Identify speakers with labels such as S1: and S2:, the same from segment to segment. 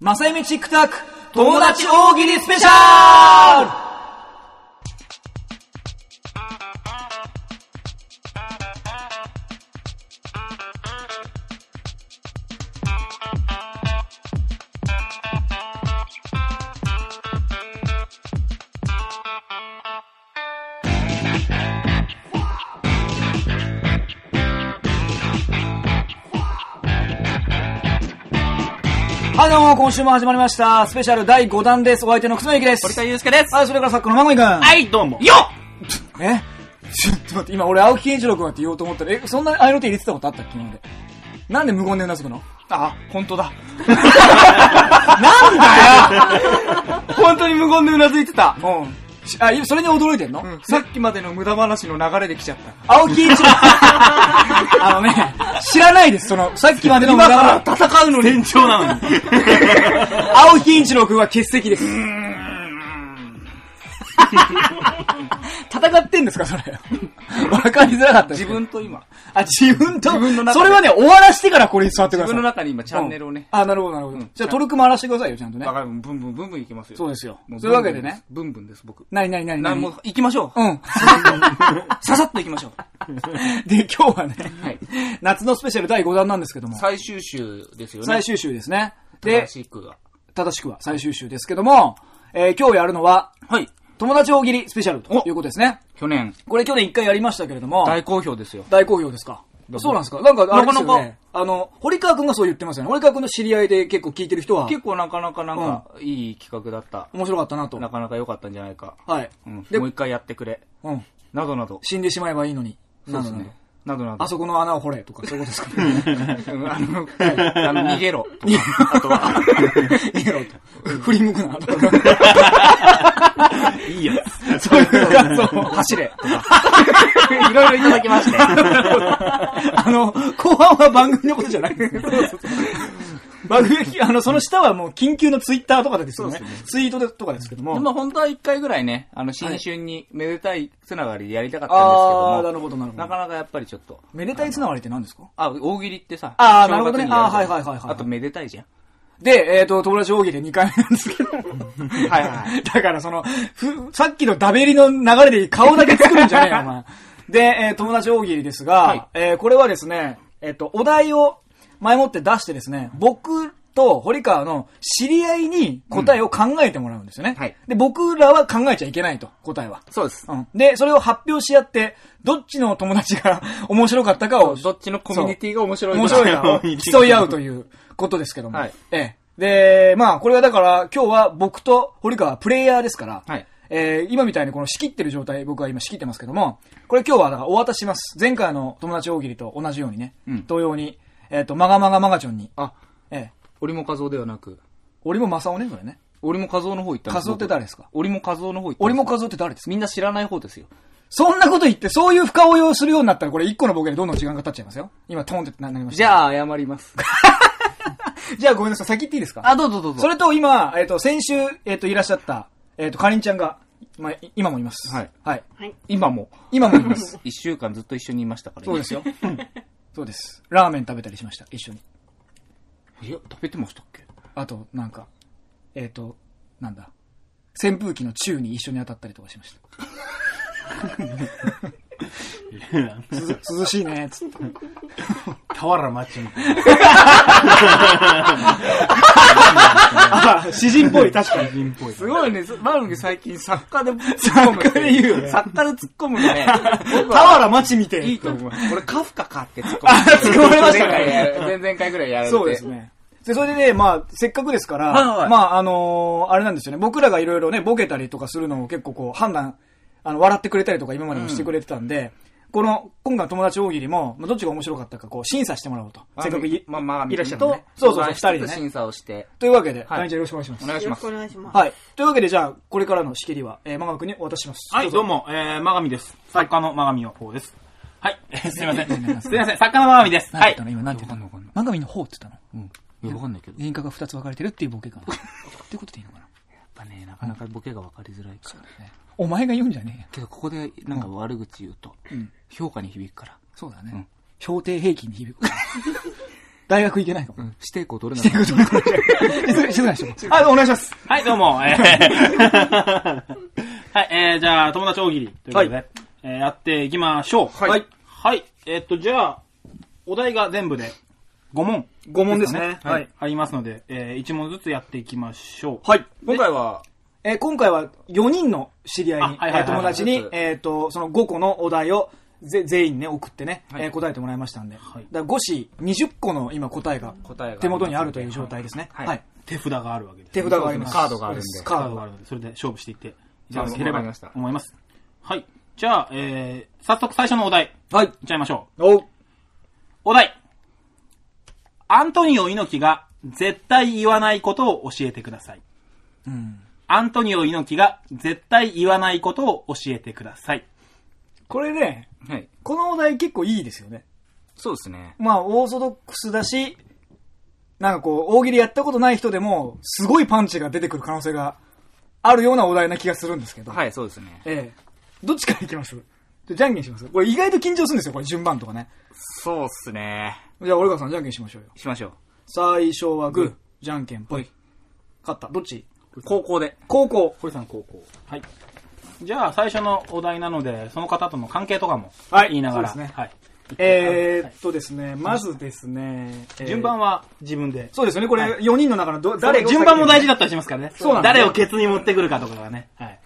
S1: まさゆみチックタック友達大喜利スペシャルはいどうも、今週も始まりました。スペシャル第5弾です。お相手の楠野ゆきです。
S2: 堀田祐介です。
S1: はい、それから作家のまぐみくん。。
S2: はいい、どうも。よっ
S1: えちょっと待って、今俺、青木健一郎くんって言おうと思ったら、え、そんな合いの手入れてたことあったっけ今まで。なんで無言でうなずくの
S2: あ、本当だ。
S1: なんだよ
S2: 本当に無言でうなずいてた。
S1: うんし。あ、いそれに驚いてんの、
S2: さっきまでの無駄話の流れで来ちゃった。
S1: 青木一 郎。あのね、知らないです、その、さっきまでの
S2: 今
S1: 村
S2: か
S1: は
S2: ら戦うのに。戦場なのに。
S1: 青木一郎くんは欠席です。戦ってんですか、 それ。わかりづらかったです
S2: 自。分と今、
S1: あ、自分と、
S2: 自分の中
S1: そ
S2: で
S1: れはね、終わらしてからこれに座ってくださ
S2: 自
S1: い。
S2: 分の中に今チャンネルをね
S1: うん。あ、なるほど、なるほど。じゃあ、トルク回らしてくださいよ、ちゃんとね
S2: バ。カブンブンブンブンブンいきますよ。
S1: そうですよ
S2: も
S1: そういうわけでね。
S2: ブンブンです、ブンブンです
S1: なになにな
S2: 僕。
S1: に
S2: な
S1: なに
S2: もう、行きましょう。
S1: うん。
S2: ささっと行きましょう。
S1: で、今日はね、
S2: はい
S1: 夏のスペシャル第5弾なんですけども、
S2: 最終週ですよね。
S1: 最終週ですね。
S2: で
S1: で、、正しくは最終週ですけども、えー今日やるのは、
S2: はい。
S1: 友達大喜利スペシャルということですね。
S2: 去年、
S1: これ去年一回やりましたけれども、
S2: 大好評ですよ。
S1: 大好評ですか
S2: どうも
S1: そうなんですかなんか、あれですよ
S2: なかな
S1: ね。あの、堀川くんがそう言ってますよね。堀川くんの知り合いで結構聞いてる人は、
S2: 結構なかなかなんか、いい企画だった。
S1: 面白かったなと
S2: な。かなか良かったんじゃないか。
S1: はい。
S2: うん。
S1: で
S2: もう一回やってくれ。
S1: うん。
S2: などなど。
S1: 死んでしまえばいいのに。
S2: そうです
S1: なるほ
S2: ね
S1: ど。
S2: などなど
S1: あ。そこの穴を掘れとか、そういうことですかね。
S2: うん あの、あの 逃げろとか。あとは、
S1: 逃げろと。振り向くな とか。
S3: いいやつ。
S1: そういう感想を。
S2: 走れと か。いろいろいただきまして。
S1: あの、後半は番組のことじゃない。番組、あの、その下はもう緊急のツイッターとかですよね。ツイートでとかですけども。
S2: まあ本当は一回ぐらいね、あの、新春にめでたいつながりでやりたかったんですけ
S1: あー、な
S2: ど
S1: る
S2: も、
S1: ほど、なるほ
S2: な
S1: ど。
S2: かなかやっぱりちょっと、
S1: めでたいつながりって何ですか
S2: あ、大喜利ってさ、
S1: あーなるほどね
S2: 正月にやじゃ
S1: あ
S2: ん
S1: ーはいはいはいはい
S2: あとめでたいじゃん。
S1: で、えっ、と、友達大喜利で2回目なんですけど。
S2: はいはい。
S1: だからその、ふ、さっきのダベリの流れで顔だけ作るんじゃ ねえよ、お前。で、えー友達大喜利ですが、
S2: はい
S1: えーこれはですね、えっ、と、お題を前もって出してですね、僕と堀川の知り合いに答えを考えてもらうんですよね。
S2: うんはい
S1: で、僕らは考えちゃいけないと、答えは。
S2: そうです。
S1: うん。で、それを発表し合って、どっちの友達が面白かったかを
S2: どっちのコミュニティが面白い
S1: 面白い
S2: な。
S1: な、競い合うということですけども。
S2: はい
S1: ええ。で、まあ、これはだから、今日は僕と堀川はプレイヤーですから、
S2: はい
S1: えー今みたいにこの仕切ってる状態、僕は今仕切ってますけども、これ今日はだからお渡しします。前回の友達大喜利と同じようにね、
S2: うん
S1: 同様に、えっ、と、マガマガマガチョンに、
S2: あ、
S1: ええ、
S2: 俺も画像ではなく、
S1: 俺もマサオね、それね。
S2: 俺も画像の方行ったん
S1: 仮想って誰ですか
S2: 俺も画像の方行ったん
S1: 俺
S2: で
S1: も
S2: す
S1: 数って誰ですか
S2: みんな知らない方ですよ。
S1: そんなこと言って、そういう深追いをするようになったら、これ一個のボケでどんどん時間が経っちゃいますよ。今、トーンってななりました。
S2: じゃあ、謝ります。
S1: あ、じゃあごめんなさい、先言っていいですか
S2: あ、どうぞどうぞ。
S1: それと今、えっ、と、先週、えっ、と、いらっしゃった、えっ、と、かりんちゃんが、まあ、い今もいます。
S2: はい
S1: はい。
S2: 今も。
S1: 今もいます。
S2: 一週間ずっと一緒にいましたから
S1: そうですよ。そうです。ラーメン食べたりしました、一緒に。
S2: いや、食べてましたっけ
S1: あと、なんか、えっ、と、なんだ。扇風機の宙に一緒に当たったりとかしました。涼涼しいね、つって。
S3: 俵町みたい
S1: あ、詩人っぽい、確かに。
S3: な人っぽい。
S2: すごいね、マウン最近作家で突っ
S1: 込むって
S2: 作家で突っ込 むね。
S1: 俵
S2: 僕
S1: 原町みてえ
S2: いいと思う。俺、カフカかって突っ込む。
S1: 突っ込まれましたか
S2: 前回前々回ぐらいやられて。
S1: そうです。ね。で、それでね、まあ、せっかくですから、
S2: はいはい
S1: まあ、あのーあれなんですよね、僕らがいろいろね、ボケたりとかするのを結構こう、判断、あの、笑ってくれたりとか今までもしてくれてたんで、この、今回の友達大喜利も、まあ、どっちが面白かったか、こう、審査してもらおうと。せっかくい、
S2: まあまあ、
S1: いらっしゃる
S2: と、
S1: ね。そうそうそう、二人
S2: で
S1: でね。
S2: 審査をして、
S1: というわけで、
S2: はい
S1: はい、じゃんよろしくお願いしま
S2: お
S1: す。
S2: 願いし
S4: よろ
S2: ま
S4: し
S2: す
S4: くお。願いします。
S1: はい。というわけで、じゃあ、これからの仕切りは、えー、マガ君にお渡しします。
S3: はい、どう
S1: も。
S3: も、えー、まがみです。作家のまがみの方です。はい、えーすいません。すいません、作家のまがみです。
S1: 何
S3: は
S1: て言っ
S3: い
S1: た。の、今、何て言った
S2: わ
S1: の
S2: かんないわ
S1: マガミの方って言ったの
S2: うん。いや、わかんないけど。やっ
S1: 人格が二つ分かれてるっていうボケかな。っていうことでいいのかな
S2: ぱね、なかなかボケがわかりづらいからね。
S1: お前が言うんじゃねえよ
S2: けど、ここでなんか悪口言うと、評価に響くから。
S1: そうだね。
S2: ん
S1: 評定平均に響く。 大学行けないかも。
S2: うん。指定校取れ
S1: って
S2: な
S1: いう
S2: い。
S1: ことになっちゃう静かに静かにして
S3: はい、お願いします。はい、どうも。えー はい、えー、じゃあ、友達大喜利ということで、
S1: はい
S3: えーやっていきましょう。
S1: はい
S3: はい。はいえーっと、じゃあ、お題が全部で5問。
S1: 5問ですね
S3: は
S1: はいい。
S3: ありますので、え1問ずつやっていきましょう。
S1: はい。
S2: 今回は、
S1: えー今回は4人の知り合いに、
S3: あはいはいはい
S1: えー友達に、えっ、と、その5個のお題をぜ全員ね、送ってね、
S2: はい
S1: えー答えてもらいましたんで。
S3: い
S1: だから5子20個の今答えが
S2: 答えが
S1: 手元にあるという状態ですね。は。
S2: はいい
S3: 手札があるわけです。
S1: 手札があります。
S2: そうですねカードがあるんで
S1: そうす
S3: カ
S1: カ
S3: ー
S1: ー
S3: ド
S1: ド
S3: が
S1: が
S3: あ
S1: ある。
S3: るので、それで勝負していっていただけれ
S2: わか
S3: ば
S2: りました
S3: と思います。はい。じゃあ、えー、早速最初のお題、いっ
S1: はい。
S3: ちゃいましょう。
S1: お
S3: お題。アントニオ猪木が絶対言わないことを教えてください。
S1: うん。
S3: アントニオ猪木が絶対言わないことを教えてください。
S1: これね、
S2: はい。
S1: このお題結構いいですよね。
S2: そうですね。
S1: まあ、オーソドックスだし、なんかこう、大喜利やったことない人でも、すごいパンチが出てくる可能性があるようなお題な気がするんですけど。
S2: はい、そうですね。
S1: ええ。どっちから行きますじゃあじゃんけんしますこれ意外と緊張するんですよ、これ順番とかね。
S2: そうっすね。
S1: じゃあ、俺川さん、じゃんけんしましょうよ。
S2: しましょ
S1: 最初はグー、じゃんけんぽい。勝った。どっち
S2: う。高校で。
S1: 高校。
S3: 堀さん高校。はい。じゃあ、最初のお題なので、その方との関係とかも、
S1: はい
S3: 言いながら、
S1: そうですね
S3: はい。
S1: えー、っとですね、まずですね、えー
S3: 順番は自分で。
S1: そうですよね、これ4人の中のど、誰
S3: 順番も大
S1: 事
S3: 事だったりしますからね。
S1: そうなんです
S3: 誰をケツに持ってくるかとかがね。はい。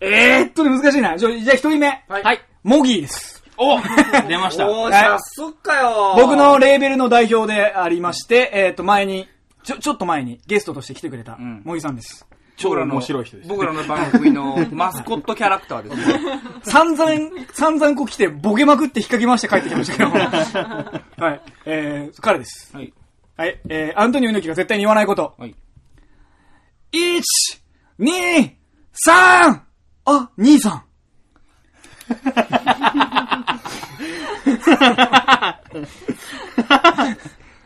S1: えー、っとね、難しいな。じゃあ、じゃあ1人目。
S3: はい。
S1: モギーです。
S3: お 出ました。
S1: ー早
S2: 速かよ
S1: 僕のレーベルの代表でありまして、えーっと、前に、ちょ、ちょっと前にゲストとして来てくれた、
S2: ん
S1: モギーさんです。
S3: 超面白い人です。
S2: 僕らの番組のマスコットキャラクターですね。
S1: 散々、散々こう来て、ボケまくって引っ掛け回して帰ってきました けど。はい。えー、彼です。
S2: はい。
S1: はい。えー、アントニオ猪木が絶対に言わないこと。
S2: はい。
S1: 1、2、3! あ、兄さん。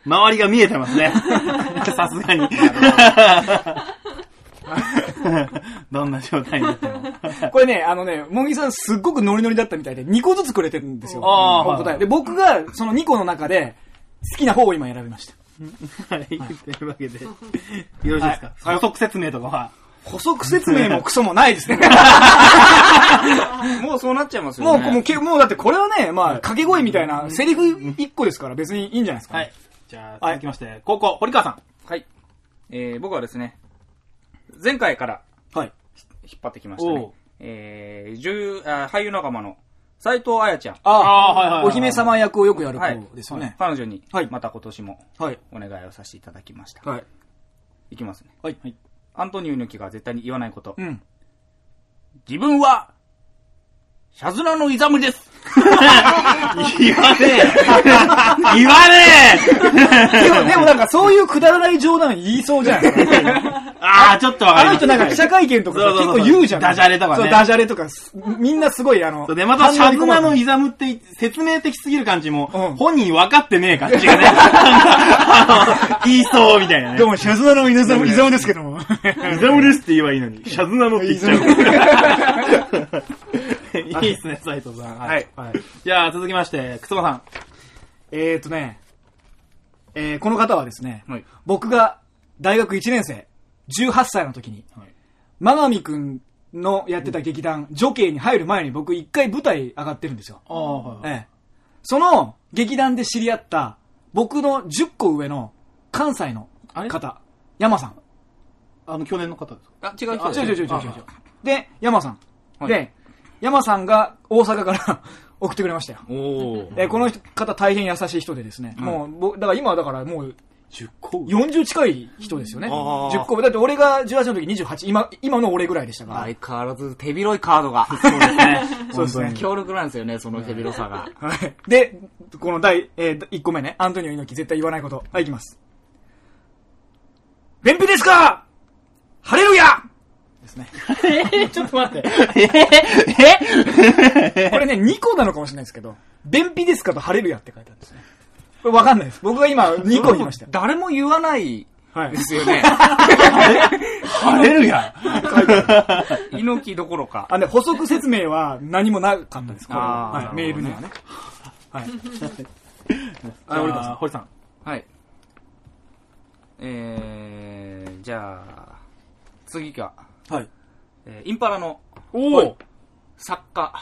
S3: 周りが見えて ますね。さすがに。 どんな状態になっても。
S1: これね、あのね、モギさんすっごくノリノリだったみたいで、2個ずつくれてるんですよ。
S3: あー
S1: お
S3: はい
S1: 答え。で、僕がその2個の中で、好きな方を今選びました。
S3: はい。というわけで、よろしいですか補足説明とかは。
S1: 補足説明もクソもないです ね。
S2: もうそうなっちゃいます
S1: も
S2: よ
S1: う、
S2: ね。
S1: もうけ、もうだってこれはね、まあ、掛け声みたいな、セリフ1個ですから別にいいんじゃないですか、
S3: はい。じゃあ、続きまして、高校、堀川さん。
S2: はい。えー、僕はですね、前回から
S1: はい。
S2: 引っ張ってきました
S3: おう
S2: ね。えー、女優、あ俳優仲間の斎藤彩ちゃん。
S1: あ
S3: あーはいはいはい
S1: お姫様役をよくやる
S2: はい
S1: 子ですよね。
S2: 彼女に
S1: はい、
S2: また今年も
S1: はい。
S2: お願いをさせていただきました。
S1: はい。
S2: いきますね。
S1: はい。
S2: アントニオ猪木が絶対に言わないこと
S1: う。ん。
S2: 自分は、シャズナのイザムです。
S3: 言わねえ言わね
S1: で も、でもなんかそういうくだらない冗談言いそうじゃん。
S3: えああ、ちょっとわか
S1: あの
S3: りまし
S1: 人
S3: た。
S1: なんか記者会見とかさ
S3: そうそ
S1: 結
S3: うそう
S1: 構言うじゃん。
S3: ダジャレとかね
S1: そう、ダジャレとか、すみんなすごいあの。
S3: で、また、シ
S1: 反応
S3: ャ
S1: に
S3: ズ
S1: 困
S3: ナ
S1: る
S3: のイザムって説明的すぎる感じも、
S1: うん
S3: 本人分かってねえ感じがね、 あの言いそうみたいなね。
S1: も、シャズナのイザムイザムですけども。
S3: イザムですって言えばいいのに、 シャズナのって言っちゃう。いいっすね、斉藤さん。
S2: はい
S3: じゃあ、続きまして、くつばさん。
S1: えーとね、えーこの方はですね、
S2: はい
S1: 僕が大学1年生、18歳の時に、真神くんのやってた劇団、女系に入る前に僕一回舞台上がってるんですよ。
S3: ああ、はい。
S1: ええ、その劇団で知り合った僕の10個上の関西の
S3: あれ
S1: 方、山さん。
S3: あの、去年の方ですか
S2: あ、違う
S1: あ、違う違う違う違う違う
S3: あ。
S1: で、山さん。
S2: はい
S1: で、山さんが大阪から 送ってくれましたよ。
S2: おー。
S1: えーこの人方大変優しい人でですね、もう僕、だから今はだからもう
S3: ?10 個上。
S1: 40近い人ですよね。
S2: あー
S1: 10個上。だって俺が18の時28、今、今の俺ぐらいでしたから。
S2: 相変わらず手広いカードが。そうです ね。そうですね。強力なんですよね、その手広さが。
S1: はい。 で、この第、え1個目ね。アントニオ猪木絶対言わないこと。はい、いきます。便秘ですかハレルヤですね。
S3: ちょっと待って。
S1: これね、2個なのかもしれないですけど、便秘ですかとハレルヤって書いてあるんですね。これわかんないです。僕が今2個言いました よ。
S2: 誰も言わない
S1: はい
S2: で。すよ ね。
S3: 晴れるや
S2: 猪木どころか。
S1: あ、で、補足説明は何もなかったです。これは
S2: あー
S1: はい、メールにはね。はい。
S3: ん。あ、堀さん。
S2: はい。えー、じゃあ、次が、
S1: はい。
S2: えーインパラの
S1: おお
S2: 作家、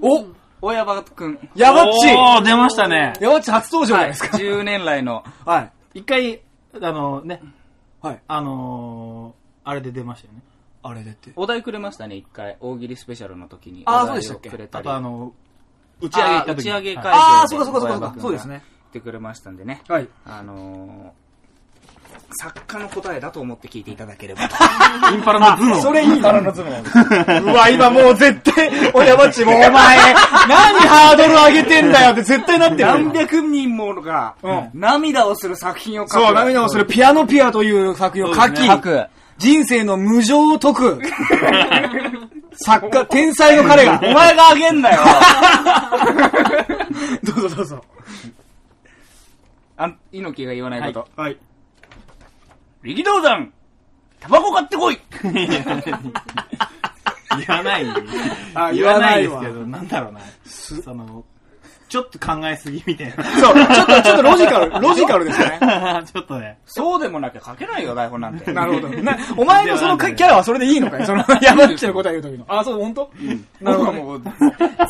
S1: お
S2: 大山くん。
S1: やばっち
S3: おー出ましたね。
S1: やばっち初登場じゃな
S2: はいい、
S1: ですか。
S2: 10年来の、
S1: はい。
S3: 一回、あのね、
S1: はい。
S3: あのー、あれで出ましたよね。
S1: あれ出て。
S2: お題くれましたね、一回。大喜利スペシャルの時に。
S1: あー
S2: お題
S1: そう
S2: を
S1: でしたっけ
S2: くれた
S3: あ
S2: り。
S3: とあの、打ち上げ行
S2: あ
S3: っ
S2: ー
S3: た
S2: 打
S3: 時
S2: ち
S3: に
S2: 上げ会場
S3: はい
S1: あーそうかそうかそうかそうか
S2: 小山君が
S1: そうですね
S2: 来てくれましたんでね。
S1: はい。
S2: あのー、作家の答えだと思って聞いていただけ ればと。
S3: インパラの頭脳。
S1: そ れいいな。のズうわ、今もう絶対、おやばっ ちもうお 前、何ハードル上げてんだよって絶対なってるよ。
S2: 何百人もが、涙をする作品を書く。
S1: そう、涙をするピアノピアという作品を書き、
S2: 書く。
S1: 人生の無常を解 く、作家、天才の彼が
S2: お、前があげ んなよ
S1: どうぞどうぞ。
S2: あん猪木が言わないこと。
S3: はい。
S2: 力道山タバコ買ってこい
S3: 言わない。
S1: あ
S3: 言わないですけ
S1: 言わ
S3: ど、なんだろうな。その、ちょっと考えすぎみたい
S1: そう、ちょっと、ちょっとロジカ ル、ロジカルですね。
S3: な。ちょっとね。
S2: そうでもなきゃ書けないよ、台本なんて。
S1: なるほど。 なお前のそのかキャラはそれでいいのかいその、山っちの答え言うと きの。あ、そう、本当なるほどね。
S2: もう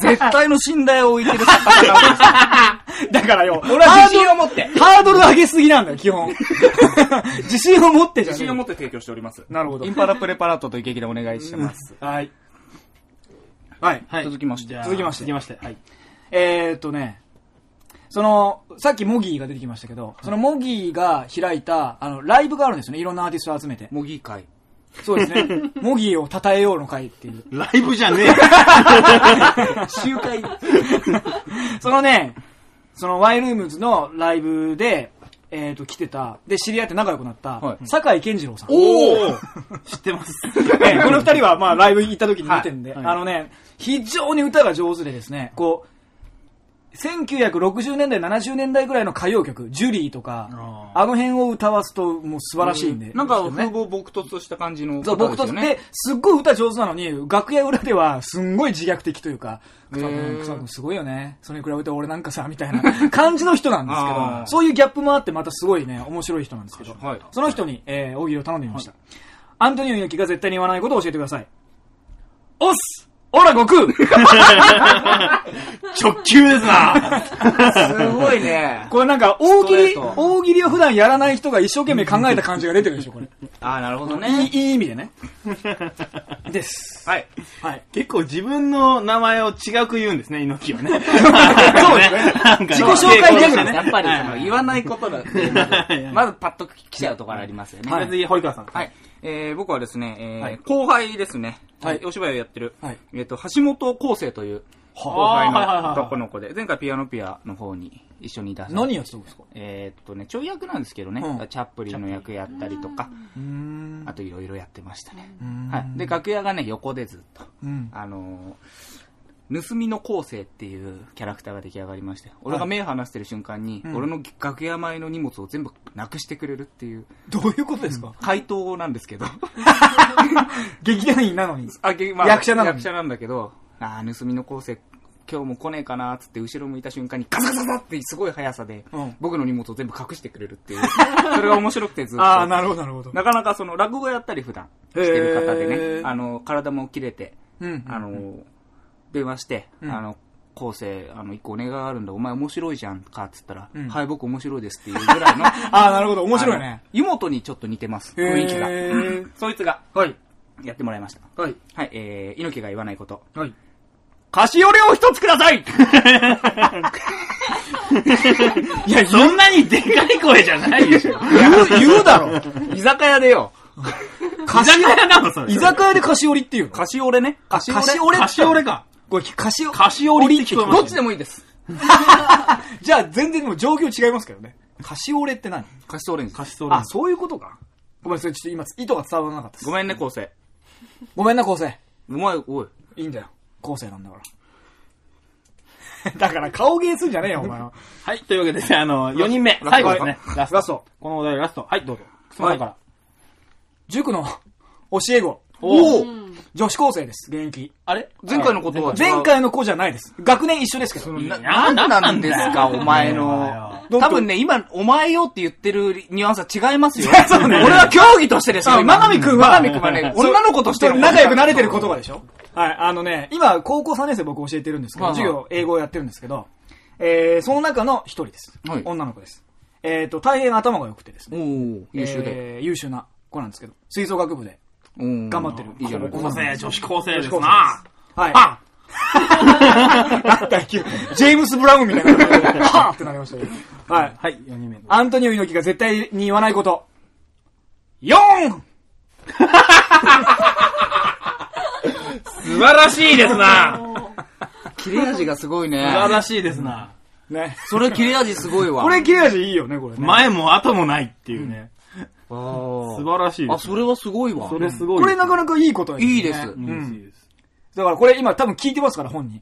S2: 絶対の信頼を置いてる作家だな
S1: だからよ、
S2: 俺は自信を持って。
S1: ハードル上げすぎなんだよ、基本。 自信を持ってじゃん。
S2: 自信を持って提供しております。
S1: なるほど
S2: インパラプレパラートという劇でお願いしてます。
S1: はい。はい。
S3: はい。
S2: 続きまして
S3: じゃあ
S1: 続きまして
S3: 続きまして。はい。
S1: えーっとね、その、さっきモギーが出てきましたけど、そのモギーが開いた、あの、ライブがあるんですよね。いろんなアーティストを集めて。
S2: 模擬会。
S1: そうですね。 モギーを称えようの会っていう。
S3: ライブじゃねえ。
S2: 集会。
S1: そのね、そのワイルームズのライブで、えーっと、来てた、で、知り合って仲良くなった、
S2: はい
S1: 酒井健次郎さん。
S3: おお知ってます。
S1: ええこの二人は、まあ、ライブ行った時に見てんで、
S3: はい
S1: あのね、非常に歌が上手でですね、こう、1960年代、70年代ぐらいの歌謡曲、ジュリーとか、
S3: あー
S1: あの辺を歌わすと、もう素晴らしいんで。
S2: なんか、
S1: です
S2: 風
S1: よね、
S2: 貌撲突した感じの
S1: そう、僕と
S2: 方ですよ
S1: で、すっごい歌上手なのに、楽屋裏では、すんごい自虐的というか、
S2: へ
S1: 草
S2: ー
S1: 君、草君すごいよね。それに比べて俺なんかさ、みたいな 感じの人なんですけ
S2: あ
S1: ど
S2: ー、
S1: そういうギャップもあって、またすごいね、面白い人なんですけど、
S2: はい
S1: その人に、えー、大喜利を頼んでみました。アントニオ猪木が絶対に言わないことを教えてください。おっすオラ悟空
S3: 直球ですな
S2: すごいね。
S1: これなんか、 大喜利、
S2: ストレート
S1: 大喜利を普段やらない人が一生懸命考えた感じが出てるでし ょ、これ。
S2: あー、なるほど
S1: いい
S2: ね。
S1: いい意味でね。 です。
S2: はい。
S1: はい。
S3: 結構自分の名前を違く言うんですね、猪木はね。そうです
S1: ね自己紹介ギャグだね
S2: やっぱりその言わないことだって、ま
S3: はいは
S2: ず
S3: い
S2: まずパッと来ちゃうところありますよね。
S1: はい
S3: 次、堀川さん。
S2: はい。えー僕はですね、えー
S1: はい
S2: 後輩ですね。
S1: は
S2: はいい。お芝居をやってる。
S1: はい
S2: えっ、と、橋本康生という後
S1: は
S2: 輩
S3: あーはいはいはいは
S2: の
S3: い
S2: 男の子で、前回ピアノピアの方に一緒に出し
S1: あ、
S2: て。
S1: 何やってたんですか
S2: えーっとね、ちょい役なんですけどね、
S1: うん
S2: チャップリンの役やったりとか、
S1: うーん。
S2: あといろいろやってましたね
S1: うー。ん
S2: はい。で、楽屋がね、横でずっと。
S1: うん。
S2: あのー盗みの昴生っていうキャラクターが出来上がりまして、俺が目離してる瞬間に、
S1: うん
S2: 俺の楽屋前の荷物を全部なくしてくれるっていう、
S1: どういうことですか
S2: 怪盗なんですけど。
S1: 劇団員なのに。
S2: あ、げまあ、
S1: 役者なのに
S2: 役者なんだけど、ああ、盗みの昴生、今日も来ねえかなーっつって後ろ向いた瞬間にガサガサガサってすごい速さで、
S1: うん
S2: 僕の荷物を全部隠してくれるっていう。それが面白くてずっと。
S1: ああ、なるほど、なるほど。
S2: なかなかその落語やったり普段してる方で
S1: へ
S2: ね、
S1: ー
S2: あの、体も切れて、
S1: うん
S2: あの、電話して、
S1: うん
S2: あの、昴生、あの、一個お願いがあるんだ、お前面白いじゃんかっつったら、
S1: うん
S2: はい、僕面白いですっていうぐら いの。
S1: ああ、なるほど、面白いね。
S2: あの。湯本にちょっと似てます、
S1: へー
S2: 雰囲気が。うんそいつが、
S1: はい。
S2: やってもらいました。
S1: はい。
S2: はい、えー、猪木が言わないこと。
S1: はい。
S2: 菓子折れを一つください
S1: いや、
S3: そんなにでかい声じゃないでしょ。
S1: 言う、言うだろ。
S2: 居酒屋でよ、
S1: 菓
S3: 居酒屋なのそれ
S1: 居酒屋で菓子折りっていうの。
S2: 菓子折れね。菓
S1: 菓子折れ
S3: カシオレか。
S1: これ、菓子折り。
S3: 菓子折りって聞こえま
S2: どっ
S3: し
S2: ち
S3: た
S2: で
S3: ね
S2: もいいです。
S1: じゃあ、全然もう状況違いますけどね。菓子折れって何
S2: 菓子折れです。
S3: カシオレ
S1: あ、そういうことか。ごめん、それちょっと今、意図が伝わらなかったです。
S2: ごめんね、昴生。
S1: ごめんな、昴生。
S2: お前、おい。
S1: いいんだよ。昴生なんだから。 だから、顔芸すんじゃねえよ、お前は。
S3: はい、というわけで、あの、4人目、最後ですね。ラスト。
S1: ラスト。
S3: このお題ラスト。はい、どうぞ。くすまさんから。
S1: 塾の教え子。
S3: お
S1: ー女子高生です、現役。
S3: あれ
S2: 前回のことは違う
S1: 前回の子じゃないです。学年一緒ですけど。
S2: ない
S3: や
S2: なんなんです
S3: なん
S2: か、
S3: だよ
S2: お前
S3: も
S2: の。
S1: うよ
S2: 多分ね、今、お前よって言ってるニュアンスは違います よ。
S1: そうね
S2: 俺は競技としてですよ。
S1: あ真上くんは
S2: 真上くんはね、女の子としての
S1: 仲良くなれてる言葉でしょ はい、あのね、今、高校3年生僕教えてるんですけど、
S2: はいはい
S1: 授業、英語をやってるんですけど、えー、その中の一人です。
S2: はい
S1: 女の子です。えっ、と、大変頭が良くてですね。
S2: おー優秀で。
S1: えー優秀な子なんですけど、吹奏楽部で
S2: 頑
S1: 頑張ってる。
S2: いいじゃない
S1: 高
S2: で
S1: 校三
S2: すか
S1: 年生
S3: 女子高生です
S1: 女子高
S3: な
S1: 生。はい。
S3: あ
S1: あった急にジェームス・ブラウンみたい な感じで。はぁってなりましたけど。はい。
S3: はい、4人目。
S1: アントニオ猪木が絶対に言わないこと。4!
S3: 素晴らしいですな。
S2: 切れ味がすごいね
S3: 素。晴らしいですな。
S1: ね。
S2: それ切れ味すごいわ。
S1: これ切れ味いいよね、これね。
S3: 前も後もないっていうね。
S2: あー、
S3: 素晴らしいで
S2: あ、
S3: す。
S2: それはすごいわ
S3: そ。れすごい。
S1: これなかなかいいこと
S2: いいです
S1: ね。
S3: うん
S1: うん
S3: いいです。
S1: だからこれ今多分聞いてますから、本人。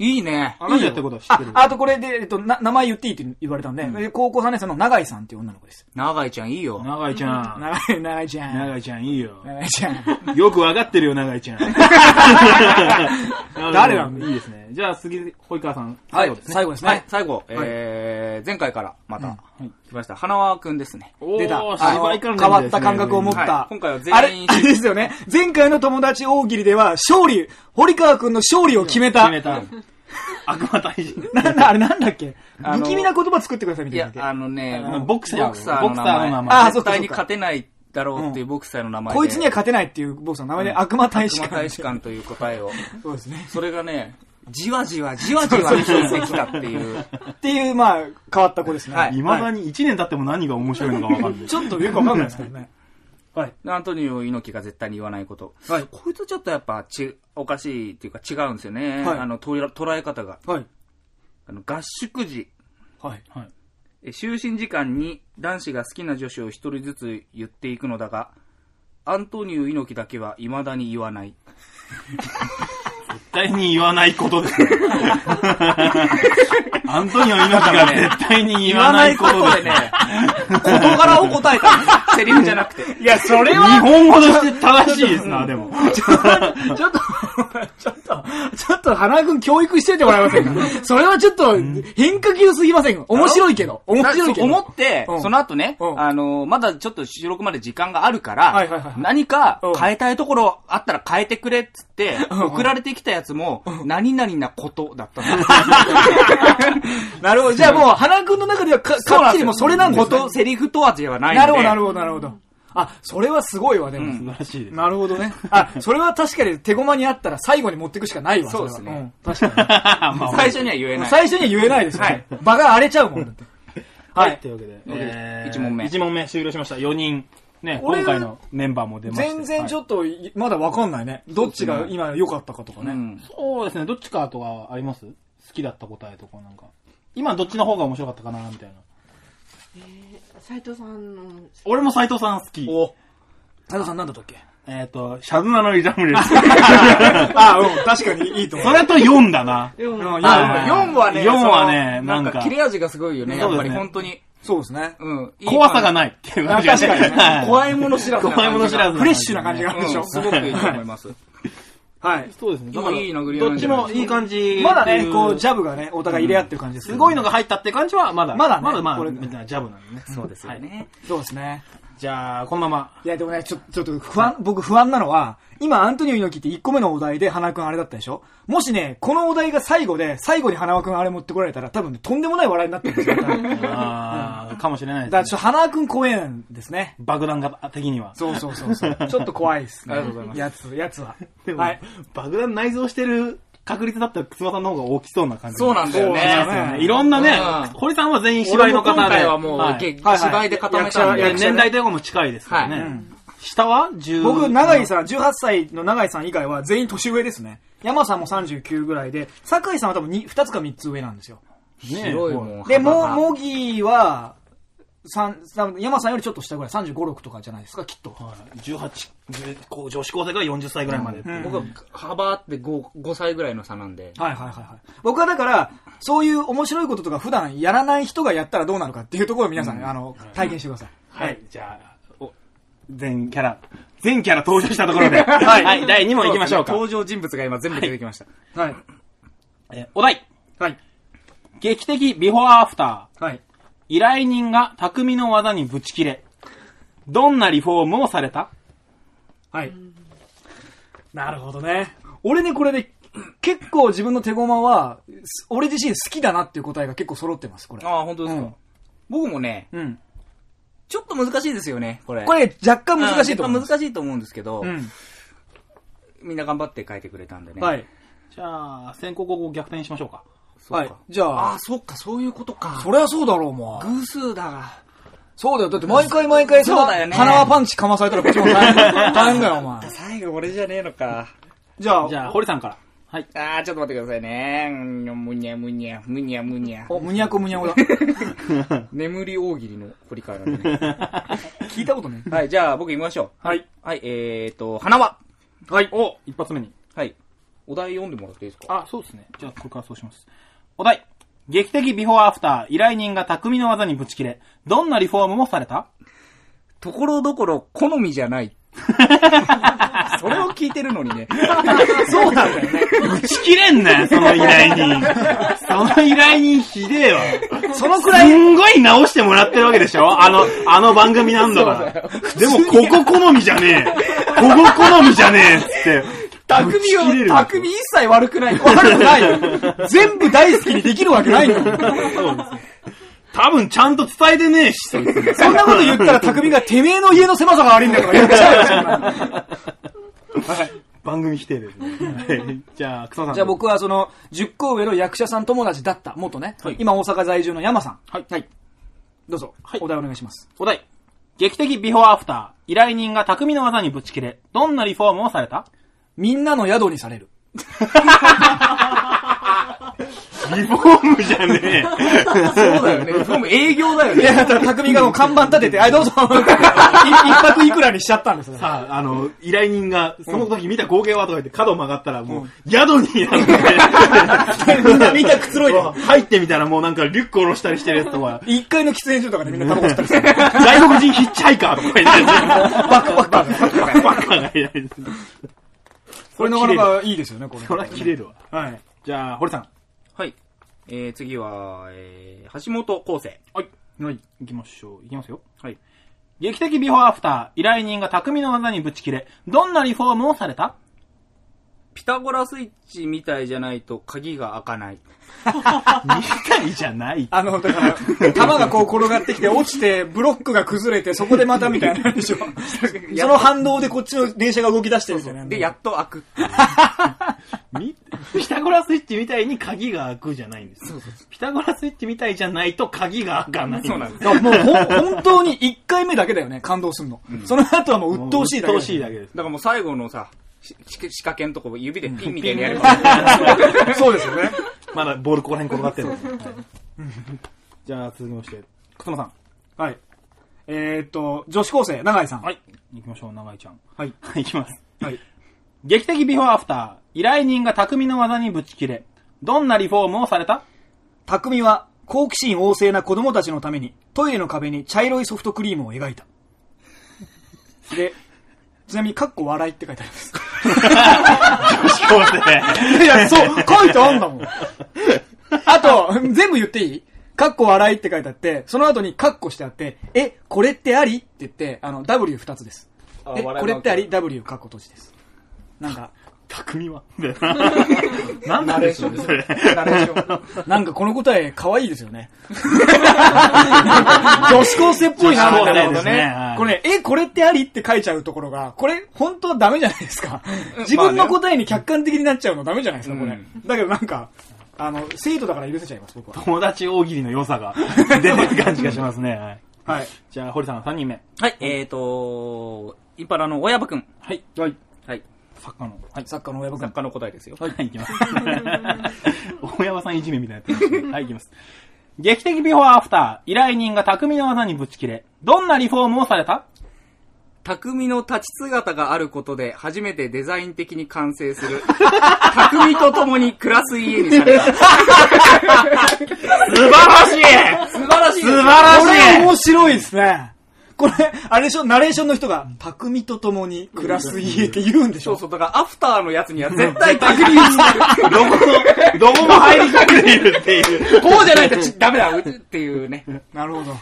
S2: いいね。
S3: あなたやったことは知って
S1: あ
S3: る、。
S1: あとこれで、えっと、な名前言っていいって言われたんで、で高校3年生の長井さんっていう女の子です。
S2: 長井ちゃんいいよ。
S3: 長井ちゃん。
S1: 長井、長井ちゃん。
S3: 長井ちゃんいいよ。
S1: 長井ちゃん。
S3: よくわかってるよ、長井ちゃ ん。
S1: 誰なんだ
S3: いいですね。じゃあ、次、及川さん。
S1: はい、最後です
S2: はい
S1: ね、。
S2: 最後、えー、前回からまた
S3: い
S2: 来ました。花輪くんですね。
S3: おー
S1: 出た。あの
S3: 芝居関連ですね
S1: 変わった感覚を持った
S2: は。い今回は全員
S1: あれ、あれですよね。前回の友達大喜利では、勝利、堀川くんの勝利を決めた。
S3: 決めた。 悪魔 大臣。
S1: なんだ、あれなんだっけ
S2: あの
S1: 不気味な言葉作ってくださいみ
S2: い
S1: たいな
S2: や
S1: ん、だっ
S2: あのね
S3: あの、ボクサーの
S2: ボクサーの名前。
S3: ボクサーの名
S1: 前
S2: あ
S1: あそうかそう
S2: 絶
S1: か
S2: 対に勝てないだろうっていうボクサーの名
S1: け。
S2: 前で。
S1: こいつには勝てないっていう僕さんの名前で悪魔大使
S2: 熊
S1: 館。
S2: 大使館という答えを。
S1: そうですね。
S2: それがね、じわじわじわじわ見えてきたっていう。
S1: っていう、まあ、変わった子ですね。
S2: はい
S3: いまだに1年経っても何が面白いのかわかんない。
S1: ちょっとよくわかんないですけどね。はい。
S2: アントニオ猪木が絶対に言わないこと。
S1: はい
S2: こいつちょっとやっぱち、おかしいっていうか違うんですよね。
S1: はい
S2: あの、とら捉え方が。
S1: はい。
S2: あの、合宿時、
S1: はい。
S3: はい
S2: え就寝時間に男子が好きな女子を一人ずつ言っていくのだが、アントニオ猪木だけは未だに言わない。
S3: 絶対に言わないこと ですね。アントニオ猪木が絶対に言わないことですね。
S2: 事柄を答えたんです。セリフじゃなくて。
S1: いや、それ
S3: 日本語として正しいですな、でも。
S1: ちょっと、ちょっと、ちょっと、花君教育しててもらえません かそれはちょっと、変化球すぎませんか面白いけど。面白いけど。
S2: 思って、
S1: うん
S2: その後ね、
S1: うん
S2: あのー、まだちょっと収録まで時間があるか
S1: はいはいはい
S2: ら
S1: は、い
S2: 何か
S1: うん
S2: 変えたいところあったら変えてくれっつって、
S1: んうん
S2: 送られてきたやつも、何々なことだったんです
S1: なるほど。じゃあもう、花君の中ではか、
S2: そう
S1: か
S2: な
S1: っち
S2: んです
S1: り
S2: よ
S1: もうそれなんで
S2: こ
S1: すね
S2: と、セリフとはではないの
S1: なる
S2: で。
S1: ほど、なるほど、なるほど。あ、それはすごいわ、で
S2: う
S1: も。
S2: ん
S3: 素晴らしい です。
S1: なるほどね。あ、それは確かに手駒にあったら最後に持ってくしかないわ。
S2: そうですね
S1: れは。うん確か
S3: まあ
S2: 最初には言え
S1: に。
S2: ない。
S1: 最初には言えないですよね。場が荒れちゃうもんだ って。は
S3: はいい。と。いうわけで、
S2: 一問目
S3: 1問目終了しました。4人。ね、
S1: 俺
S3: 今回のメンバーも出ました。
S1: 全然ち
S3: ょっ
S1: ょっと、いまだわかんないね。どっちが今良かったかとか
S2: う
S1: ね。
S2: ん
S3: と。そうですね、どっちかとかあります好きだった答えとかなんか。今どっちの方が面白かったかな、みたいな。
S4: 斉藤さんの好
S3: 俺も斉藤さん好き。
S1: お。佐藤さん何だったっけ
S3: えっ、と、シャズナのイザムレです。
S1: あ、うん、確かにいいと思
S3: それと4だな。
S4: きうん
S1: う。
S2: あ
S1: あ、
S2: 4はね、
S3: 四はね
S2: その
S3: なんか
S2: 切れ味がすごいよね、や
S3: そう
S2: っ
S3: です
S2: ぱ
S3: ね
S2: り本当に。
S1: そうですね。
S2: うん。
S3: 怖さが
S2: い
S3: ないっていう
S1: あ
S3: 感
S1: 確
S3: じが
S1: か
S3: ね
S1: にね。
S2: 怖いもの知らずな感じが
S3: 怖いもの知らず。
S1: フレッシュな感じがあ
S2: い
S1: るでし
S2: う
S1: ょ
S2: ん。すごくいいと思います。
S1: はい。
S3: そうですね。だから
S2: いい殴り合
S3: ど
S2: いな
S3: っ
S2: んじ
S3: ち
S2: ゃない
S3: もいい感じ。
S1: まだね、こう、ジ
S3: ャ
S1: ャブがね、お互い入れ合ってる感じですけ
S3: す
S1: ど。
S3: ごいのが入ったって感じは、まだ。
S1: まだね
S3: まだまあ、
S1: これ
S3: みたいなジャブなんでね。そうです
S2: はい。ね。
S1: そうですね。
S3: じゃあ、このまま。
S1: いや、でもね、ちょ、ちょっと不安、僕不安なのは、今、アントニオ猪木って1個目のお題で花輪くんあれだったでしょもしね、このお題が最後で、最後に花輪くんあれ持ってこられたら、多分ね、とんでもない笑いになってるんですよ。多 分だか
S3: あーかもしれない
S1: ら、
S3: で
S1: ち
S3: す
S1: ょっ
S3: ね
S1: と花輪くん怖えんですね。
S3: 爆弾が的には。
S1: そうそうそうそう。ちょっと怖いですね。
S2: ありがとうございます
S1: やつ、やつは。
S3: でも
S1: はい。
S3: 爆弾内蔵してる確率だったら、くつまさんの方が大きそうな感じ。
S2: そうなんだよ
S1: そうなん
S2: ね
S1: です。よね
S3: いろんなね
S2: うん、
S3: 堀さんは全員芝居の方
S2: 俺
S3: で。
S2: も今回はもう、
S3: はい
S2: げ
S1: はい
S2: 芝居で固めたん
S1: い
S2: で、
S1: や
S3: で
S1: 役者
S3: 年代というかも近いですからね。
S2: はい
S3: うん下は10
S1: 僕、長井さん、18歳の長井さん以外は全員年上ですね。山さんも39ぐらいで、酒井さんは多分 2, つか3つ上なんですよ。
S3: ね
S2: 広いもん。
S1: で、も
S2: 幅が
S1: う、もぎは、三多分山さんよりちょっと下ぐらい、35、6とかじゃないですか、きっと。
S3: はい18こう女子高生が40歳ぐらいまでっていう、
S1: うん
S2: 僕は幅あって 5, 5歳ぐらいの差なんで。
S1: はいはいはいはい。僕はだから、そういう面白いこととか普段やらない人がやったらどうなるかっていうところを皆さん、あの、体験してください。
S3: はいじゃあお全キャラ、全キャラ登場したところで。はい、第2問行きましょうか。
S2: 登場人物が今全部出てきました。はい。
S3: えーお題。
S2: はい。
S3: 劇的ビフォーアフター。
S2: はい。
S3: 依頼人が匠の技にぶち切れ。どんなリフォームをされた
S2: はい。
S1: なるほどね。俺ね、これで、結構自分の手駒は、す俺自身好きだなっていう答えが結構揃ってます、これ。
S2: ああ、本当ですか、
S1: うん
S2: 僕もね、
S1: うん。
S2: ちょっと難しいですよね、これ。
S1: これ、若干難しいと思う
S2: うんん
S1: です。
S2: 難しいと思うんですけど、
S1: うん。
S2: みんな頑張って書いてくれたんでね。
S1: はい。
S3: じゃあ、先行後攻逆転しましょうか。
S2: そう
S1: は
S2: か
S1: い。じゃ
S2: ああ、
S1: あ、
S2: そっか、そういうことか。
S1: そりゃそうだろう、もう。
S2: 偶数だが。
S1: そうだよ。だって毎回毎回
S2: そうだよね
S1: 花輪パンチかまされたらこっちも大変大変だよ、お前。
S2: 最後俺じゃねえのか。
S1: じゃあ、
S3: じゃあ、堀さんから。はい。
S2: ああ、ちょっと待ってくださいね。うんむにゃむにゃ、むにゃむにゃ。
S1: お、むにゃこむにゃこだ。
S2: 眠り大喜利の堀川なんでね。
S1: 聞いたことね。
S2: はい、じゃあ僕行きましょう。
S1: はい。
S2: はい、えーと、花輪。
S3: はい。お、一発目に。
S2: はい。お題読んでもらっていいですか
S3: あ、そうですね。じゃあ、これからそうします。お題。劇的ビフォーアフター。依頼人が匠の技にぶち切れ。どんなリフォームもされた
S2: ところどころ好みじゃない。 それを聞いてるのにね。
S1: そうなんだよね。
S3: ぶち切れんなよ、その依頼人。その依頼人ひでえわ。
S1: そのく
S3: す
S1: らい、
S3: んごい直してもらってるわけでしょあの、あの番組なんだから。でも、ここ好みじゃねえ。ここ好みじゃねえっつって。ぶち切れ
S1: 匠
S3: る
S1: を、匠一切悪くない。悪くないよ。全部大好きにできるわけないよ。
S3: 多分、ちゃんと伝えてねえし、そいつ
S1: そんなこと言ったら匠がてめえの家の狭さが悪いんだからやっちゃうよそんなの。
S3: 番組否定ですね。はいじゃあ、草さん。
S1: じゃあ。僕はその、10個上の役者さん友達だった、元ね。
S3: はい
S1: 今大阪在住の山さん。
S3: はい。
S1: どうぞ、
S3: はい
S1: お題お願いします。
S3: お題。劇的ビフォーアフター。依頼人が匠の技にぶち切れ。どんなリフォームをされた
S1: みんなの宿にされる。
S3: リフォームじゃね
S2: そうだよね。僕も営業だよ
S1: いや、だから匠がもう看板立てて、あ、 どうぞ一泊いくらにしちゃったんですよ
S3: え。。さあ、あの、依頼人が、その時見た光景はとか言って角曲がったらもう、宿になる
S1: みん なみんなくつろいでる。
S3: 入ってみたらもうなんかリュック下ろしたりしてるやつとか、
S1: 一階の喫煙所とかでみんなタバコ吸ったりする。
S3: 外国人ヒッチハイカーとか言ってるや
S1: バックパッカーで。
S3: つバカがいない
S1: これなかなかいいですよね、こ
S3: そ
S1: れ。
S3: りゃ切れるわ。
S1: はい。
S3: じゃあ、堀さん。
S2: はい。えー、次は、えー、橋本康生。
S3: はい。はい。行きましょう。行きますよ。
S2: はい。
S3: 劇的ビフォーアフター。依頼人が匠の技にぶち切れ。どんなリフォームをされた
S2: ピタゴラスイッチみたいじゃないと鍵が開かない。
S3: みたいじゃない。
S1: あの、だから、弾がこう転がってきて、落ちて、ブロックが崩れて、そこでまたみたいなん でしょ。その反動でこっちの電車が動き出してるんですよね。
S2: で、やっと開く。
S3: みピタゴラスイッチみたいに鍵が開くじゃないんです。ピタゴラスイッチみたいじゃないと鍵が開かない。
S2: そうなんです。
S1: だからもうほん本当に1回目だけだよね、感動するの。その後はもう鬱陶しいだけ。
S3: 鬱陶しいだけです。
S2: だからもう最後のさ、しし仕掛けんとこ指でピンみたいにやる
S1: そうですよね。
S3: まだボールここら辺転がってる。はいじゃあ、続きまして、勝間さん。
S1: はい。えーっと、女子高生、永井さん。
S3: はい。行きましょう、長井ちゃん。
S1: はい。
S3: はい、 行きます。
S1: はい。
S3: 劇的ビフォーアフター。依頼人が匠の技にぶち切れ。どんなリフォームをされた
S1: 匠は、好奇心旺盛な子供たちのために、トイレの壁に茶色いソフトクリームを描いた。で、ちなみに、かっこ笑いって書いてあります。
S3: そうね。
S1: いや、そう、書いてあんだもん。あと、全部言っていいかっこ笑いって書いてあって、その後にカッコしてあって、え、これってありって言って、あの、W2 つです。
S2: あ
S1: え、
S2: 笑いマーク
S1: これってあり ?W カッコ閉じです。なんか、
S3: 匠 は。なんなんでしょうね、それ。
S2: ナレーション。
S1: なんかこの答え、可愛いですよね。女子高生っぽいな、
S3: 女子
S1: みたいな
S3: 高生
S1: こ
S3: で
S1: と
S3: すねは
S1: ね
S3: い。
S1: これね、え、これってありって書いちゃうところが、これ、本当はダメじゃないです か。自分の答えに客観的になっちゃうのダメじゃないですか、こ
S2: う
S1: れ
S2: ん。
S1: だけどなんか、あの、生徒だから許せちゃいます、僕は。
S3: 友達大喜利の良さが出てる感じがしますね。はい。
S1: はい。
S3: じゃあ、堀さん、3人目。
S2: はい、えーと、インパラの親場くん。
S3: はい。
S1: はい。
S2: はい。
S3: 作家の。はい。
S1: サッカーの親分
S2: 作家の答えですよ。
S3: はい、いきます。 大山さんいじめみたいなやつ。はい、いきます。劇的ビフォーアフター。依頼人が匠の技にぶち切れ。どんなリフォームをされた
S2: 匠の立ち姿があることで、初めてデザイン的に完成する。 匠と共に暮らす家にされた。
S3: 素晴らしい
S2: 素晴らしい
S3: 素晴ら
S1: こ
S3: し
S1: れ
S3: い
S1: 面白いですね。これ、あれでしょナレーションの人が、匠と共に暮らす家って言うんでし
S2: そ
S1: ょ
S2: うそう、だからアフターのやつには絶対確認してる。
S3: ロゴの、ロゴも入りかけているっていう。
S2: こうじゃないとちダメだうっていうね。
S1: なるほど。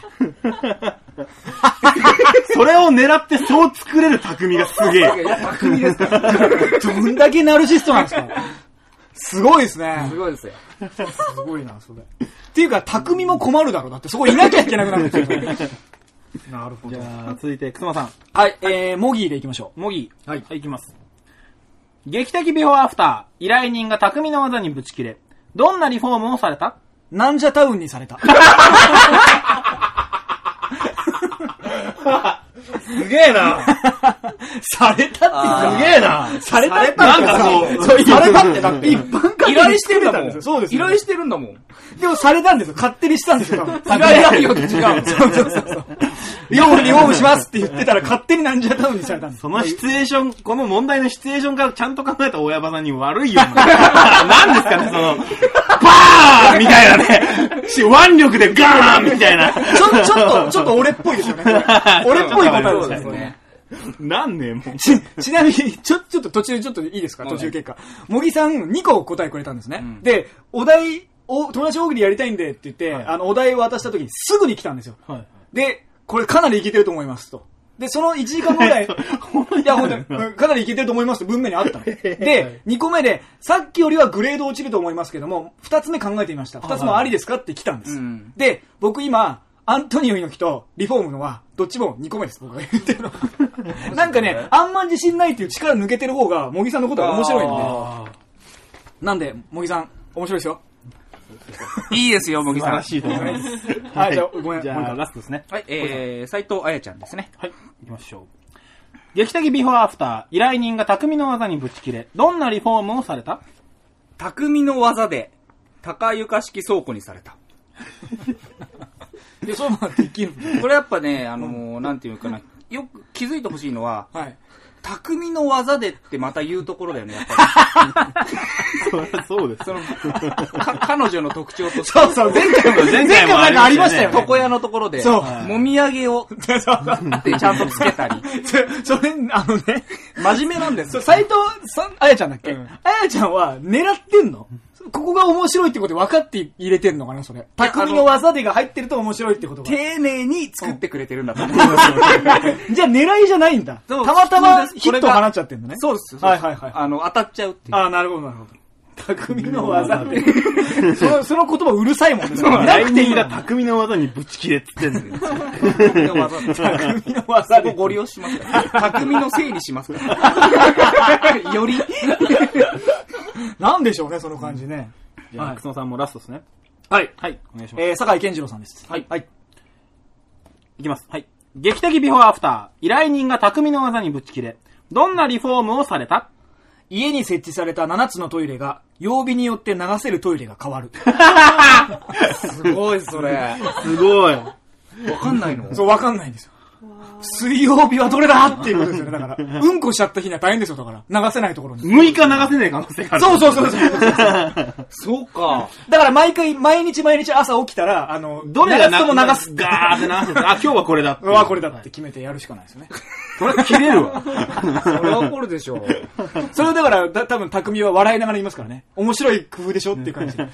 S3: それを狙ってそう作れる匠がすげ
S2: いやい
S3: え。
S2: や、巧みですから。
S1: どんだけナルシストなんですかすごいですね
S2: す。ごいですよ。
S1: すごいな、それ。っていうか、匠も困るだろ。だってそこいなきゃいけなくなってきてる。なるほ
S3: じ
S1: ど。
S3: ゃあ、続いて、くすまさん。
S1: はい、えー、モギーでいきましょう。
S3: モギー。
S1: はい
S3: い、きます。劇的ビフォーアフター。依頼人が匠の技にぶち切れ。どんなリフォームをされた
S1: なんじゃタウンにされた。
S3: すげえな。
S1: されたっていうか、
S3: げえな。
S1: されたっていう
S3: なんかこう
S1: そうされたってだって一般化
S2: 依頼してるんだも ん。
S1: そうです
S2: 依
S1: よ
S2: 頼してるんだもん。
S1: でもされたんですよ。勝手にしたんですよ。依
S2: 依頼内容と 違う。
S1: そうそうそうそう。リフォームリフォームしますって言ってたら勝手になんじゃタウンにされたんです
S3: そのシチュエーション、この問題のシチュエーションからちゃんと考えた親バさんに悪 いよ。なんですかね、その、バーンみたいなね。し腕力でガーンみたいな。
S1: ちょ、ちょっと、ちょっと俺っぽい ですよね。これ俺っぽい答えですね。
S2: そうですね。
S3: なんねえ、もう。
S1: ち、ちなみに、ちょ、ちょっと途中、ちょっといいですか途中結果。茂木さん2個答えくれたんですね。で、お題を、友達大喜利やりたいんでって言って、あの、お題渡した時にすぐに来たんですよ。
S3: はい
S1: で、これかなりいけてると思いますと。で、 その1時間後ぐらい、いや、ほんとに、かなりいけてると思いますと文面にあ ったの。で、2個目で、さっきよりはグレード落ちると思いますけども、2つ目考えてみました。2つもありですかって来たんです
S2: うん。
S1: で、僕今、アントニオ猪木とリフォームのは、どっちも2個目です、僕 が言ってるの。なんかね、あんま自信ないっていう力抜けてる方が、茂木さんのことが面白いんで。
S2: あ
S1: なんで、茂木さん、面白いですよ。
S2: ーいいですよ、もぎ
S3: 素
S2: さん。
S3: 晴らしいと思います。
S1: はいじゃあごめん
S3: じ
S1: もう一
S3: ゃあ、
S1: 回
S3: ラストですね。
S2: はい、えー、斎藤彩ちゃんですね。
S3: はい、行きましょう。劇的ビフォーアフター、依頼人が匠の技にぶち切れ、どんなリフォームをされた
S2: 匠の技で、高床式倉庫にされた。
S1: で、そうまでできる。
S2: これやっぱね、あのーなんていうかな、よく気づいてほしいのは、
S1: はい。
S2: 匠の技でってまた言うところだよね、やっぱ
S3: そりゃそうです。
S2: り。そ の、か彼女の特徴として、
S1: そうそう、前回も、 前回もなんかありましたよね。
S2: 床屋のところで、
S1: そう
S2: もみあげを、
S1: そうそう
S2: ってちゃんとつ けたり。
S1: そそれ、あのね、
S2: 真面目なんです
S1: そう、。斎藤さん、あやちゃんだっけ、
S2: うん
S1: あやちゃんは狙ってんのここが面白いってことで分かって入れてんのかな、それ。匠の技でが入ってると面白いってことが。
S2: 丁寧に作ってくれてるんだと思う。
S1: じゃあ狙いじゃないんだ。た
S2: そう
S1: またま
S2: 普通です
S1: ヒットを放っちゃってんのね。
S2: そうですよ。
S1: はいはいはい
S2: あの、当たっちゃうっていう。
S1: ああ、なるほどなるほど。匠の技で。その、その言葉うるさいもんね。そう
S3: 依頼人が匠の技にぶち切れっつってんのよ。
S2: 匠の技で。
S1: 匠の技
S2: そこ
S1: で。
S2: ご利用しますから。匠のせいにしますから。より。
S1: なんでしょうね、その感じね。
S3: じゃあ、くすまさんもラストですね。
S1: はい。
S3: はい、お願いします。
S1: えー、坂井健二郎さんです。
S2: はい
S1: はい。
S3: いきます。はい。劇的ビフォーアフター。依頼人が匠の技にぶち切れ。どんなリフォームをされた
S1: 家に設置された7つのトイレが、曜日によって流せるトイレが変わる。
S2: すごい、それ。わ
S3: すごい。
S2: かんない の
S1: そう、わかんないんですよ。水曜日はどれだっていうことですよね。だから、うんこしちゃった日には大変ですよ、だから。流せないところに。
S3: 6日流せねえ可能性がある。
S1: そうそうそうそう。
S2: そうか。
S1: だから毎回、毎日毎日朝起きたら、あの、
S3: どれが
S1: 流すとも流す。
S3: ガーって流 す。あ、今日はこれだって。
S1: うわ、これだって決めてやるしかないです よね。
S3: それ切れるわ。
S2: それは怒るでしょう。
S1: それをだから、だ多分匠は笑いながら言いますからね。面白い工夫でしょっていう感じで。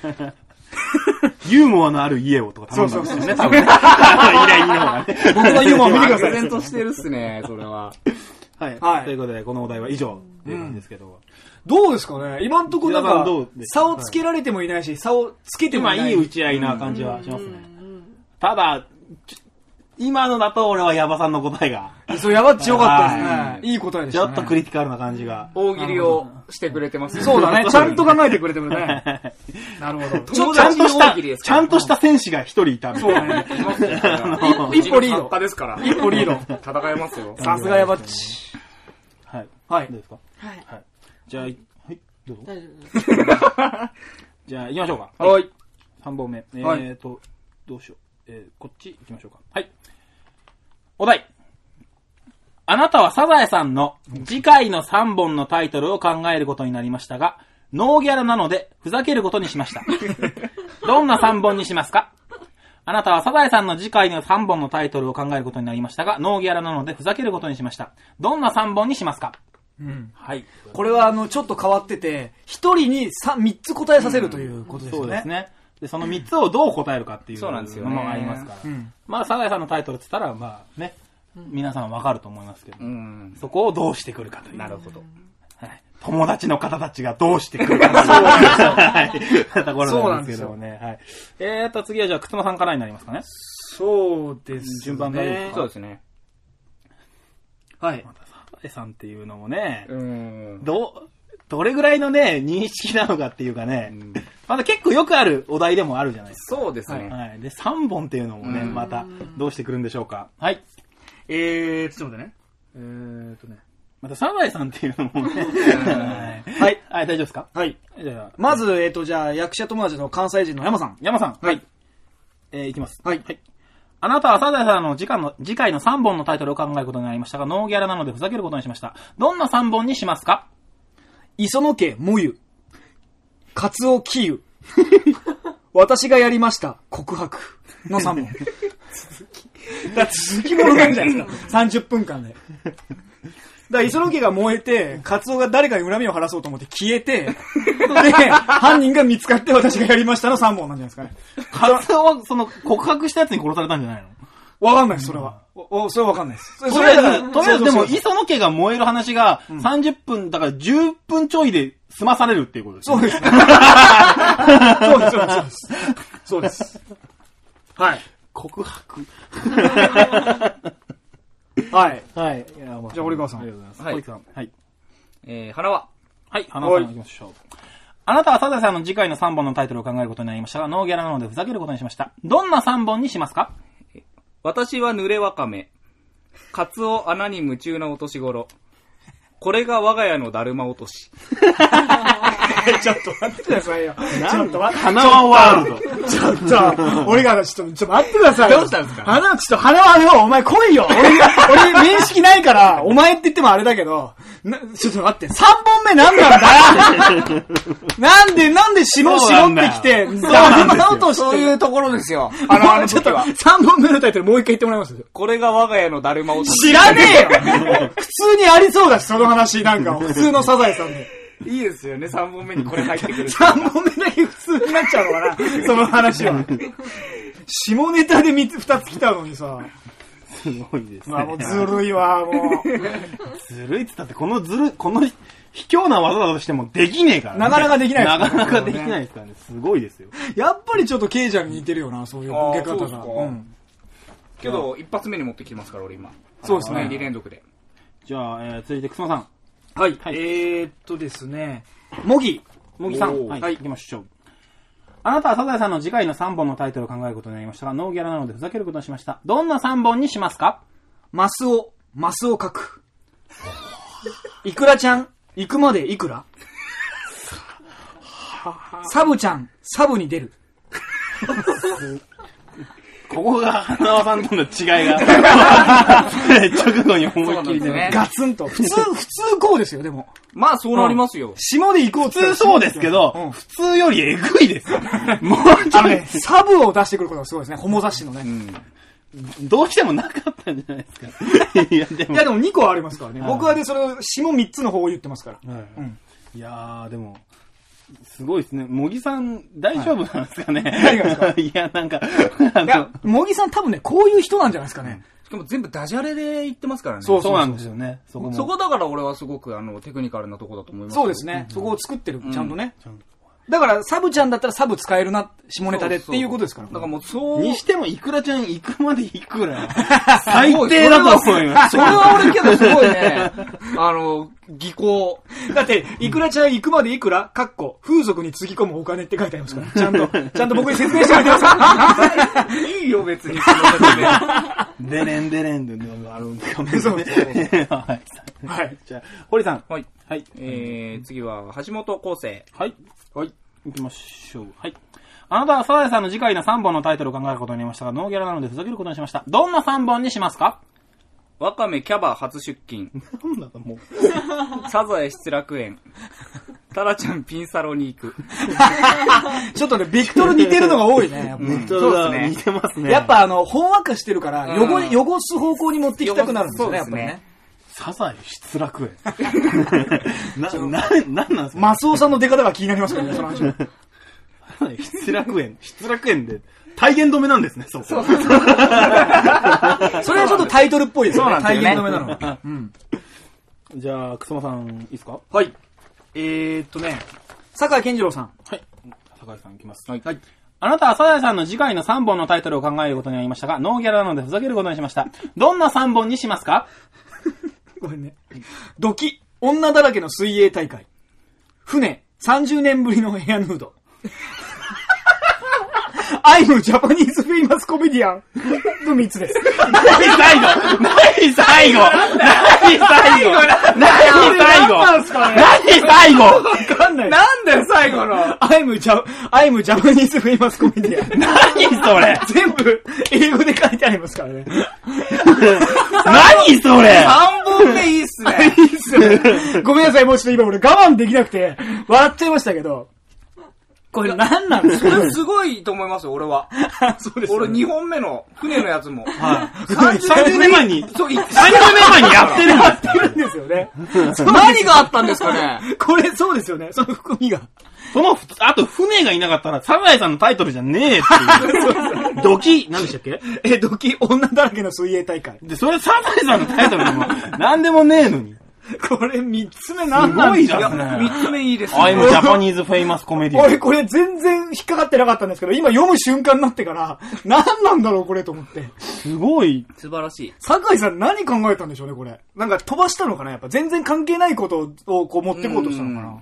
S3: ユーモアのある家をとか頼んだんですよね、多分ね。依 頼人の方がね。
S1: 僕のユーモア見てくださ
S2: 漠
S1: い。
S2: 然としてるっすね、それは。
S3: はい。
S1: はい
S3: ということで、このお題は以上っていう感じですけど。
S1: どうですかね今んとこなん
S3: 皆さん
S1: か
S3: どうで、すか
S1: 差をつけられてもいないし、差をつけても
S3: 今、
S1: いないい。
S3: い打ち合いな感じはしますね。ただ、ちょ今のだと俺はヤバさんの答えが、
S1: そう、やばっちよかったです
S3: は
S1: ね。いい答えでし
S3: ち
S1: た
S3: ょ
S1: ね。
S3: っとクリティカルな感 じが。
S2: 大喜利をしてくれてますよ
S1: そうだね。ちゃんと考えてくれてる ね。なるほど。
S3: ちょ
S2: 友
S3: ちゃん
S2: 達
S3: と
S2: の
S3: し
S2: 大
S3: た
S2: 喜利で、す
S3: ち
S2: から
S3: ゃんとした戦士が一人いたみたい
S1: そう
S3: な
S1: だね。
S2: いますよそ れは
S1: 一歩リード
S2: うちの作家ですから。
S1: 一歩リード。
S2: 戦えます よ。
S1: さすがやばっち。
S3: はい。
S1: はい
S3: どう。ですか
S4: はい。
S3: はい。じゃあ、いはい、どうぞ。
S4: 大丈夫です。
S3: じゃあ、行きましょうか。
S2: はい。
S3: 3本目。え
S2: はい
S3: ーと、どうしよう。えー、こっち行きましょうか。はい。お題。あなたはサザエさんの次回の3本のタイトルを考えることになりましたが、ノーギャラなので、ふざけることにしました。どんな3本にしますかあなたはサザエさんの次回の3本のタイトルを考えることになりましたが、ノーギャラなのでふざけることにしました。どんな3本にしますか
S1: うん。
S3: はい。
S1: これは、あの、ちょっと変わってて、一人に三、三つ答えさせるということです
S3: そ
S1: よ
S3: う
S1: ね。
S3: ですね。で、その3つをどう答えるかっていう
S2: そうなんですよ
S3: の
S2: ね
S3: もありますから。
S1: うん
S3: まあ、サザエさんのタイトルって言ったら、まあね、皆さんわかると思いますけど、
S2: うん。
S3: そこをどうしてくるかという。
S2: なるほど。
S3: はい友達の方たちがどうしてくるかという。はい。ところなんですけどもね。はい。えーっと、次はじゃあ、くつまさんからになりますかね。
S1: そうですね。
S3: 順番がいいですか
S2: そうですね。
S1: はい。
S3: サザエさんっていうのもね、
S2: うん。
S3: ど、どれぐらいのね、認識なのかっていうかね、まだ結構よくあるお題でもあるじゃないです
S2: そうです
S3: か。
S2: ね。
S3: はい。で、3本っていうのもね、また、どうしてくるんでしょうか。はい。
S1: えー、ちょっと待ってね。えーっとね。
S3: また、サザエさんっていうのもね、はい。はい、大丈夫ですか
S1: はい。
S3: じゃあ、
S1: まず、えっ、と、じゃあ、役者友達の関西人の山さん。
S3: 山さん。
S1: はい。
S3: えーいきます。
S1: はい
S3: あなたはサザエさんの次回の、次回の3本のタイトルを考えることになりましたが、ノーギャラなのでふざけることにしました。どんな3本にしますか
S1: 磯野家もゆ。カツオキユ。私がやりました。告白。の3本。だって続きものなんじゃない ですか。30分間で。だから磯野家が燃えて、カツオが誰かに恨みを晴らそうと思って消えて、で、犯人が見つかって私がやりましたの3本なんじゃないですかね。
S3: カツオ は、その、告白したやつに殺されたんじゃないの
S1: わかんないです、それは。おおそれはわかんないです。それ
S3: とりあえ
S1: は
S3: ず、とりあえず、でも、
S1: そう
S3: 磯野家が燃える話が、30分、だから10分ちょいで済まされるっていうことですね。
S1: そうです。そうです、そうです。そうです。はい。
S3: 告白。
S1: はい。
S3: はい。
S1: じゃあ、堀川さん。
S3: ありがとうございます。
S2: はい
S3: 小池さん。はい。
S2: えー、花は、
S3: はい、花さん行きましょう。あなたはサザエさんの次回の3本のタイトルを考えることになりましたが、ノーギャラなのでふざけることにしました。どんな3本にしますか
S2: 私は濡れわかめ。カツオ穴に夢中なお年頃。これが我が家のだるま落とし。
S1: ちょっと待ってくださいよ。ちょっと待って。
S3: 花輪ワールド。
S1: ちょっと、俺がちょっと、ちょっと待ってくださいよ。
S2: どうしたんですか
S1: 花、ちょっと花はよ、お前来いよ。俺が、俺面識ないから、お前って言ってもあれだけど、なちょっと待って、3本目なんなんだよなんで、なんでしろしろってきて、そう
S3: なんですよ
S1: としてる。
S2: うところですよ。
S1: あの、あの、ちょっと、3本目のタイトルもう一回言ってもらいます
S2: これが我が家のだるま落とし。
S1: 知らねえよ 普通にありそうだし、その話なんか、普通のサザエさんで。
S2: いいですよね、3本目にこれ入ってくる。
S1: 3本目だけ普通になっちゃうのかな、その話は。下ネタで3つ、2つ来たのにさ。
S3: すごいです
S1: まあもう
S3: ね。
S1: ずるいわ、もう。
S3: ずるいっつったって、このずる、この卑怯な技だとしてもできねえからね。
S1: なかなかできない
S3: な
S1: です
S3: かなかできないですからね。すごいですよ。
S1: やっぱりちょっとケイちゃんに似てるよな、そういうボケ
S2: あーそ
S1: 方
S2: うです
S1: が。
S2: か
S1: うん
S2: けど、一発目に持ってきてますから、俺今。
S1: そうです
S2: 2
S1: ね。
S2: 連続で。
S3: じゃあ、えー、続いて、くすまさん。
S1: はい。
S3: い
S1: えー、っとですね、模擬。
S3: もぎさん。
S2: おー
S3: はい。
S1: は
S3: はいい、行きましょう。あなたはサザエさんの次回の3本のタイトルを考えることになりましたが、ノーギャラなのでふざけることにしました。どんな3本にしますか
S1: マスオ、マスオ書く。イクラちゃん、行くまでいくらサブちゃん、サブに出る。
S3: ここが花輪さんとの違い が、直後に思いっきり
S2: そうなん
S3: ね。
S2: ですね
S1: ガツンと。普通、普通こうですよ、でも。
S2: まあ、そうなりますよ。
S1: 下で行こうっ
S3: 普通そうですけど、
S1: うん
S3: 普通よりえぐい ですよ。もうち
S1: あ
S3: ょ
S1: のね、
S3: い、
S1: サブを出してくることがすごいですね、ホモ雑誌のね。
S3: どうしてもなかったんじゃないですか。いや、で
S1: い
S3: も
S1: や、でも2個ありますからね。
S3: はい
S1: 僕はで、それを、下3つの方を言ってますから。
S3: はい
S1: うん
S3: いやー、でも、すごいですね。茂木さん、大丈夫なんですかね、
S1: 何がですか
S3: いや、なんか、あ
S1: いや
S3: の、、
S1: 茂木さん多分ね、こういう人なんじゃないですかね。
S2: しかも全部ダジャレで言ってますからね。
S1: そう
S3: そうなんですよね。そこも。
S2: そこだから俺はすごくあのテクニカルなとこだと思いますよ
S1: そうですね。そこを作ってる、ちゃんとね
S3: ちゃんと。
S1: だから、サブちゃんだったらサブ使えるな、下ネタでっ
S2: そ
S1: ていうことですから。
S2: だからもうそう。
S3: にしても、いくらちゃん、い くまでいくら。最低だと思います。
S2: それは俺けどすごいね。 あの、技巧。
S1: だって、いくらちゃん行くまでいくらかっこ、風俗につぎ込むお金って書いてありますから。ちゃんと、ちゃんと僕に説明しておいてくださ
S2: いいよ別にその説明。
S3: デレンデレンで、あるんですかね。
S1: そうそう
S3: はい。
S1: い。はい。
S3: じゃあ、堀さん。
S2: はい。
S3: はい。
S2: えー、次は橋本康生。
S3: はい。
S2: はい。
S3: 行きましょう。はい。あなたはサザエさんの次回の3本のタイトルを考えることになりましたが、ノーギャラなのでふざけることにしました。どんな3本にしますか
S2: わかめキャバ初出勤。
S3: なんだともう。
S2: サザエ失楽園。タラちゃんピンサロに行く。
S1: ちょっとね、ビクトル似てるのが多いね。やっぱ
S5: ネットが
S2: そうですね
S5: 似てますね。
S1: やっぱあの、ほんわかしてるから、
S2: うん
S1: 汚れ、汚す方向に持っていきたくなるんですよね、や
S2: 汚
S1: っ
S2: す
S1: ぱりね。
S3: サザエ失楽園。
S5: な、な、なんなんですか
S1: マスオさんの出方が気になりますけどね、その話は。
S5: サザエ失楽園。失楽園で、体言止めなんですね、そこ。
S1: それはちょっとタイトルっぽいですよね。
S2: そうなんですよ
S1: 体
S2: ね
S1: 言止めなのは。
S3: じゃあ、くすまさん、いいですか
S1: はい。えーっとね、坂井健二郎さん。
S3: はい。坂井さんいきます。
S2: はい。
S3: あなたはサザエさんの次回の3本のタイトルを考えることになりましたが、ノーギャラなのでふざけることにしました。どんな3本にしますか
S1: ごめんね。ドキ、女だらけの水泳大会。船、30年ぶりのヘアヌード。 アイムジャパニーズフェイマスコメディアンの3つです。
S3: 何最後何最後何最後何最後
S1: なんすかね
S3: 何最後
S1: わかんない。
S2: なんだよ、最後の。
S1: アイムジャ、アイムジャパニーズフェイマスコメディアン。
S3: 何それ
S1: 全部、英語で書いてありますからね。
S3: 何そ
S2: 3
S3: れ
S2: 本目いいっすね。
S1: いいっすよねごめんなさい、もうちょっと今俺我慢できなくて、笑っちゃいましたけど。これ何なんです
S2: そ
S1: か
S2: れすごいと思いますよ、俺は。
S1: そうで
S2: 俺2本目の船のやつも。
S5: 30年前に、
S2: そう、い
S3: 何年前にやってるんです
S1: やってるんですよね。
S2: 何があったんですかね。
S1: これそうですよね、その含みが。
S3: その、あと船がいなかったら、サザエさんのタイトルじゃねえっていう。ドキ、何でしたっけ
S1: え、ドキ、女だらけの水泳大会。
S3: で、それサザエさんのタイトルでも、何でもねえのに。
S1: これ三つ目何なん
S3: すご
S1: で
S3: いじ
S1: す
S3: ゃ
S2: い
S3: ん
S2: や、
S1: か
S2: 3つ目いいですね。
S3: I'm Japanese Famous Comedian。
S1: 俺これ全然引っかかってなかったんですけど、今読む瞬間になってから、何なんだろうこれと思って。
S3: すごい。
S2: 素晴らしい。
S1: 酒井さん何考えたんでしょうね、これ。なんか飛ばしたのかなやっぱ全然関係ないことをこう持ってこうとしたのか
S2: う
S1: な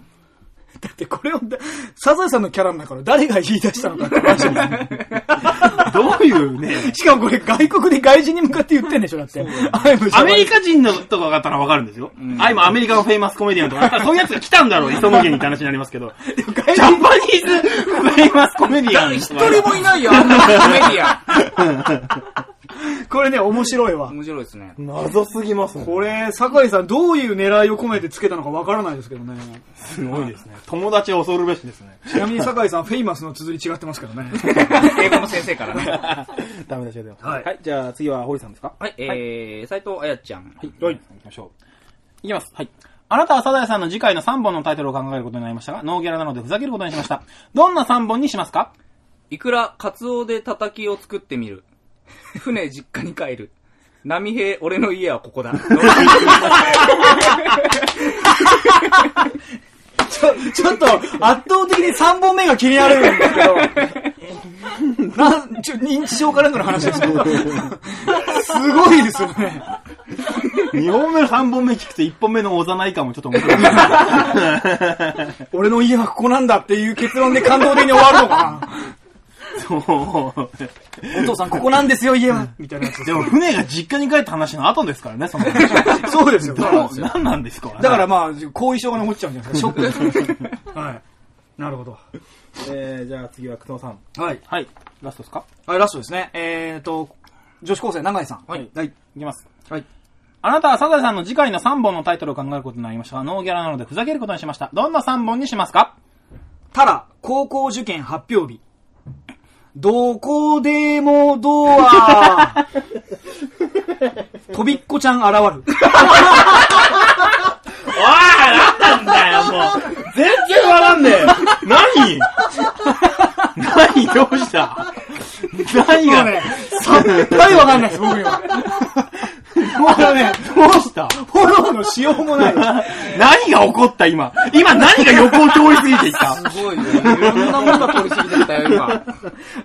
S1: だってこれをだ、サザエさんのキャラの中の誰が言い出したのかって 話ですね。
S3: どういうね。
S1: しかもこれ外国で外人に向かって言ってんでしょだって。ア
S3: アメリカ人のとかだったらわかるんですよ。I'm アメリカのフェイマスコメディアンとかだったら、そういうやつが来たんだろう、磯野家にって話になりますけど。 ジャパニーズフェイマスコメディアン
S2: 一人もいないよ、あんなコメディア
S1: これね、面白いわ
S2: ン。。面白いですね。
S3: 謎すぎます
S1: これ、酒井さんどういう狙いを込めてつけたのかわからないですけどね。
S3: すごいですね。友達を恐るべしですね。
S1: ちなみに酒井さん、フェイマスの綴り違ってますけどね。
S2: 英語の先生からね。
S3: ダメだしよ、でも。
S1: はい
S3: はい、じゃあ次は堀さんですか
S2: はい、えー、斎藤彩ちゃん。
S3: はい。行きましょう。いきます。はい。あなたはサザエさんの次回の3本のタイトルを考えることになりましたが、ノーギャラなのでふざけることにしました。どんな3本にします か
S2: いくら、カツオで叩きを作ってみ る。船、実家に帰る。波平、俺の家はこ こだ。
S1: ちょ、 ちょっと、圧倒的に3本目が気になるんですけど。なん、ちょ、認知症かなんかの話ですけど。すごいですよね。
S3: 2本目、3本目聞くと1本目のおざない感もちょっと面白い。
S1: 俺の家はここなんだっていう結論で感動的に終わるのか
S3: そう。
S1: な。お父さん、ここなんですよ、家は。みたいなやつ。
S3: でも船が実家に帰った話の後ですから ね、その 話。
S1: そうですよ。だ
S3: どう何なんですか
S1: か、らまあ、後遺症が残っちゃうんじゃないですか。ショック。はい。なるほど。
S3: えー、じゃあ次は久藤さん。
S1: はい。
S3: はい。ラストですか
S1: はい、ラストですね。えっと、女子高生、永井さん。
S3: はい。はい。いきます。
S1: はい。
S3: あなたはサザエさんの次回の3本のタイトルを考えることになりましたが、ノーギャラなのでふざけることにしました。どんな3本にしますか
S1: ただ、高校受験発表日。どこでもド ア。とびっこちゃん現る。
S3: おいなんなんだよ、もう全然わかんねえ何何どうした何
S1: も
S3: が
S1: うね、さっぱりわかんないです、僕には。もうね、
S3: どうした
S1: フォローのしようもない。
S3: 何が起こった今。今何が横を通り過ぎていった
S2: すごいね。いろんなものが通り過ぎてきたよ、今。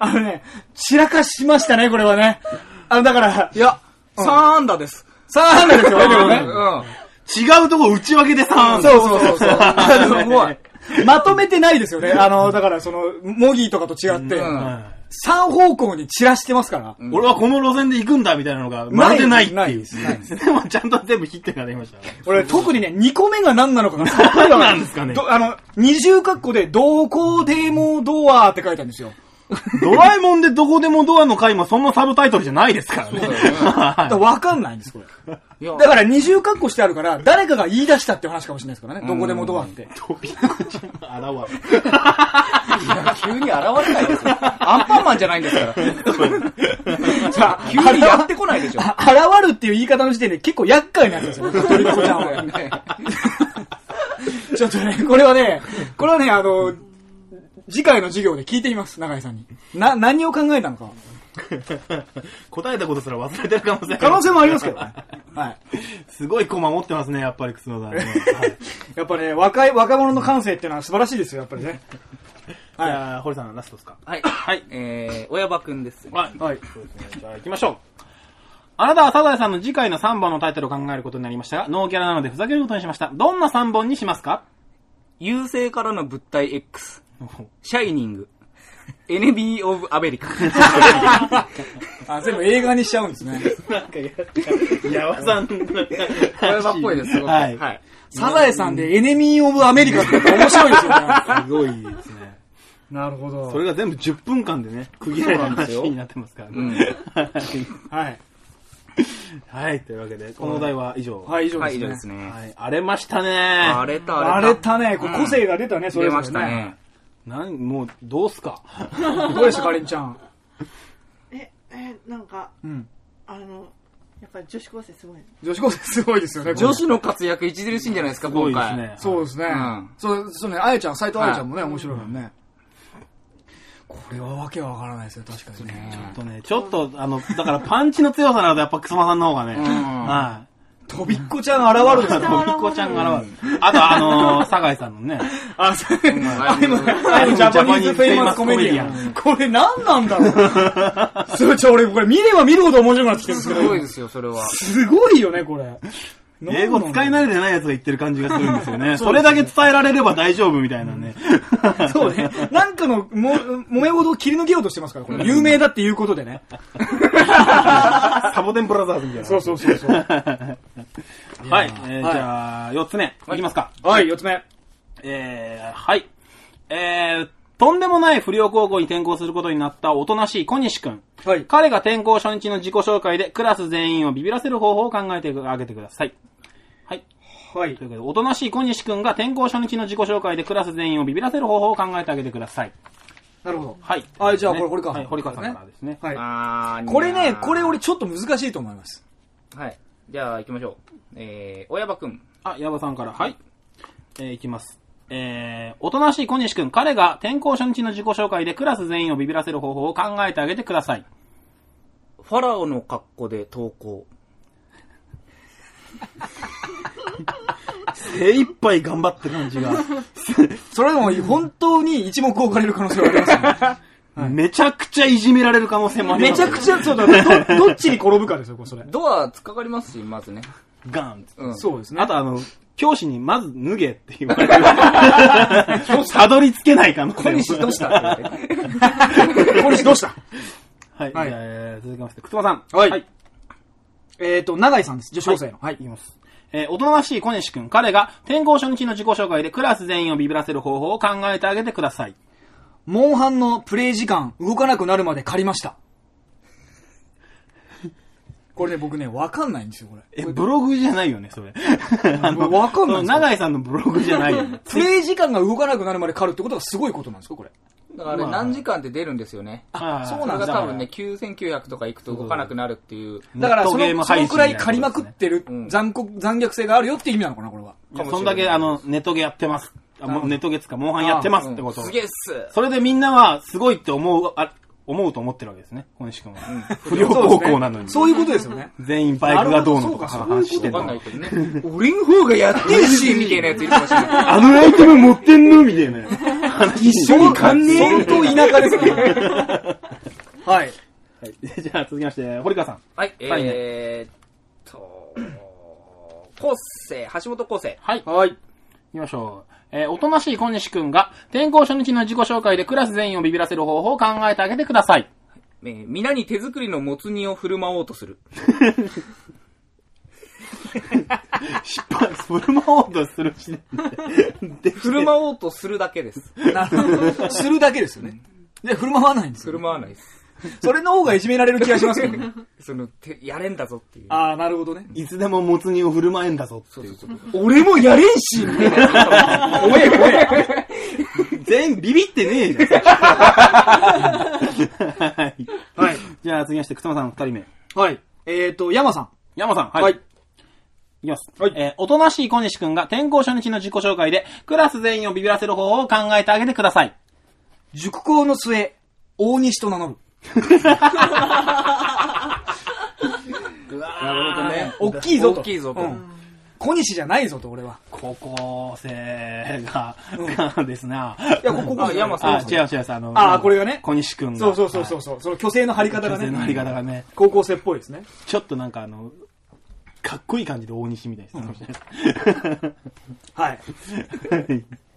S1: あのね、散らかしましたね、これはね。あの、だから、
S2: いや、3安打です。
S1: さあ、なんですよ、でもね。
S2: うん。
S3: 違うとこ内訳でさ
S1: そうそうそうそ う。あの、も
S3: もう
S1: う、まとめてないですよね。あの、だから、その、モギーとかと違って、
S2: うん
S1: 三方向に散らしてますから。
S3: 俺はこの路線で行くんだみたいなのが、まるでないって
S1: ない
S3: い
S1: で
S3: う。
S1: すないで
S3: でもちゃんと全部切ってから言いましたね。
S1: 俺、特にね、2個目が何なのかがさっぱりわか
S3: 何なんですかね
S1: どあの、二重括弧で、どこでもドアって書いたんですよ。
S3: ドラえもんでどこでもドアの回もそんなサブタイトルじゃないですからね。
S1: だからわかんないんです、これ。
S2: いや、
S1: だから二重括弧してあるから、誰かが言い出したっていう話かもしれないですからね。どこでもドアって。
S3: 現
S2: 急に現れないですよ。アンパンマンじゃないんですから。じゃあ、急にやってこないでしょ。
S1: あ現るっていう言い方の時点で結構厄介なやつですよ ね、 鳥子ちゃんは。ちょっとね、これはね、これはね、あの、次回の授業で聞いてみます、永井さんに。な、何を考えたのか。
S3: れ。 答えたことすら忘れてる可能性
S1: 可能性もありますけどね。はい。
S3: すごい子守ってますね、やっぱり、楠野さんね。 はい
S1: やっぱね、若い、若者の感性っていうのは素晴らしいですよ、やっぱりね。
S3: じゃあ、堀さん、ラストですか。
S2: はい。はい。えー、親場くんですね。
S3: はい。
S1: はい。
S3: そうですね。じゃあ、行きましょう。あなたはサザエさんの次回の3本のタイトルを考えることになりましたが、ノーギャラなのでふざけることにしました。どんな3本にしますか
S2: 優勢からの物体 X。シャイニング。エネビー・オブ・アベリカ。
S1: あ、全部映画にしちゃうんです ね。
S3: なんかや、やわさん、
S2: 親場っぽいです、すごく。
S3: はい
S2: はい。
S1: サザエさんでエネミー・オブ・アメリカってやっぱ面白いですよね。
S3: すごいですね。
S1: なるほど。
S3: それが全部10分間でね、区切られた話になってますから
S2: うん
S3: ね。
S1: はい。
S3: はい、というわけで、このお題は以上。は
S1: はい、以上
S2: は
S1: で
S2: い、
S1: す
S2: 以
S1: ね。
S2: 上ですね。
S3: い、荒れましたね。
S2: 荒れた、
S1: 荒れたね。こう個性が出たね、それ
S2: 入れ
S1: ぞ
S2: ま
S1: れ
S2: した。ね。
S3: なん、もう、どうすか
S1: どうでした、かりんちゃん。
S4: え、え、なんか、
S1: うん。
S4: あの、やっぱり女子高生すごいね。
S1: 女子高生すごいですよね、これ
S2: 女子の活躍著しいんじゃないですか、今回。
S3: ね
S1: そうですね。
S2: うん
S1: そう、そうね、あやちゃん、斎藤あやちゃんもね、面白いもんね。これはわけわからないですよ、確かにね。
S3: とね、ちょっと、あの、だからパンチの強さなので、やっぱ、くすまさんの方がね、は
S1: とびっこちゃん現るで
S3: い。
S1: すよ。
S3: とびっこちゃんが現れる。あと、あのー、酒井さんのね、
S1: あ、そう。あの、
S3: あ
S1: あ
S3: の
S1: の、ジャパニーズフェイマス
S3: ジャパ
S1: コメ
S3: ニーズフ
S1: デ
S3: ェイ
S1: ィ
S3: マ
S1: ア
S3: スコメ
S1: ン。これ何なんだろう。それ、ちょ、俺、これ見れば見るほど面白くなってきてるんです
S2: す
S1: け
S2: ごいで
S1: ど。
S2: すよ、それは。
S1: すごいよね、これ。
S3: 英語使い
S1: い。
S3: 慣れてないやつが言ってる感じがするんですよ ね。それだけ伝えられれば大丈夫みたいなね。
S1: そうね。なんかの、も、揉め事を切り抜けようとしてますから、これ。有名だっていうことでね。
S3: サボテンブラザーズみたいな。
S1: そうそうそう そう。
S3: はい。えーじゃあ、4つ目、いきますか。
S1: はい、四つ目。
S3: えー、はい。えー、とんでもない不良高校に転校することになったおとなしい小西くん。
S1: はい。
S3: 彼が転校初日の自己紹介でクラス全員をビビらせる方法を考えてあげてください。はい。
S1: はい
S3: とい。うことで、おとなしい小西くんが転校初日の自己紹介でクラス全員をビビらせる方法を考えてあげてください。
S1: なるほど。
S3: はい。
S1: はいじゃあこれ堀川さん
S3: はい、堀川さんからですね。
S1: はい。
S2: あー
S1: これね、これ。俺ちょっと難しいと思います。
S2: はい。じゃあ、行きましょう。えー、親場くん。
S3: あ、矢場さんから。はい。えーいきます。えー、おとなしい小西くん、彼が転校初日の自己紹介でクラス全員をビビらせる方法を考えてあげてください。
S2: ファラオの格好で投稿。
S3: 精一杯頑張って感じが、
S1: それでも本当に一目置かれる可能性はありますよね。
S3: めちゃくちゃいじめられる可能性もあり
S1: め
S3: ま
S1: ち
S3: す。
S1: ゃくちゃ、そうだ、ど、どっちに転ぶかですよ、これそれ。
S2: ドア突っかかりますし、まずね。
S3: ガン
S2: うん。
S1: そうですね。
S3: あとあの、教師にまず脱げって言われてる。たどり着けないかも。
S2: 小西どうした って言われて
S1: 小西どうした
S3: はい。
S1: はい
S3: じゃあえー続きまして、くつばさん。
S1: はいえっと、永井さんです。女子高生の。
S3: はい、いきます。えーおとなしい小西くん、彼が転校初日の自己紹介でクラス全員をビビらせる方法を考えてあげてください。
S1: モンハンのプレイ時間、動かなくなるまで借りました。これね、僕ね、わかんないんですよ、これ。
S3: え、ブログじゃないよね、それ。あの
S1: わかんない。
S3: その長井さんのブログじゃないよね
S1: プレイ時間が動かなくなるまで借るってことがすごいことなんですか、これ。
S2: だからあれ何時間って出るんですよね。
S3: あー
S1: そう
S2: そ
S1: な
S2: れ
S1: ん
S2: が
S1: だ
S2: 多分ね、9900とか行くと動かなくなるっていう。
S1: だから、そ
S3: ネットゲーム
S1: の、そ
S3: 配
S1: の
S3: 信
S1: くらい借りまくってる
S2: うん
S1: 残酷、残虐性があるよって意味なのかな、これは。
S3: いやそんだけ、あの、ネトゲやってます。あもうネトゲっつうか、モンハンやってますってこと。
S2: すげえっす。
S3: それでみんなは、すごいって思う、あ、思うと思ってるわけですね、小西くんは。不良高校なのに。
S1: そういうことですよね。
S3: 全員バイクがどうのとか
S1: なるほ
S3: 話して
S2: わ
S3: る
S2: かんな
S3: の
S2: い。けどね。俺の方がやってるし、みたいなやついるかもしれない。
S3: あのアイテム持ってんのみたいな。話一緒に感じ
S1: 相当田舎ですね。はい。
S3: はい。 じゃあ続きまして、堀川さん。
S2: はい、
S3: はい
S2: えーっと、昴生、橋本昴生。
S3: はい。行
S1: はい。
S3: きましょう。えーおとなしい小西くんが、転校初日の自己紹介でクラス全員をビビらせる方法を考えてあげてください。
S2: えー皆に手作りのもつ煮を振る舞おうとする。
S3: 失敗、振る舞おうとするしね。
S2: 振る舞おうとするだけです。
S1: なるほど。するだけですよね。で、振る舞わないんです
S2: 振
S1: よ
S2: る。舞わないです。
S1: それの方がいじめられる気がしますけ どね。
S2: その、てやれんだぞっていう。
S1: ああ、なるほどね。
S3: いつでももつ煮を振る舞えんだぞっていう。
S1: 俺もやれんしみたいな
S2: おめえおめえ
S3: 全員ビビってねえじゃん。はい。
S2: はい。
S3: じゃあ次まして、くつまさん二人目。
S1: はい。えっ、と、山さん。
S3: 山さん、はい。
S1: はい
S3: いきます。えーおとなしい小西くんが転校初日の自己紹介で、クラス全員をビビらせる方法を考えてあげてください。
S1: 塾校の末、大西と名乗る。
S2: なるほどね。
S1: 大きいぞと。
S2: 大きいぞと
S1: うん小西じゃないぞと、俺は。
S3: 高校生が、ですな。
S1: いや、ここ、ここ
S2: あ山さん
S3: あ、違う違う違う、あの、
S1: あーこれがね
S3: 小西くんが。。
S1: そうそうそうそううそう。その虚勢の張り方
S3: 女
S1: が
S3: 性のあり
S1: ね。
S3: 方がね、
S1: 高校生っぽいですね。
S3: ちょっとなんかあの、かっこいい感じで大西みたいですね。
S1: はい。
S3: はい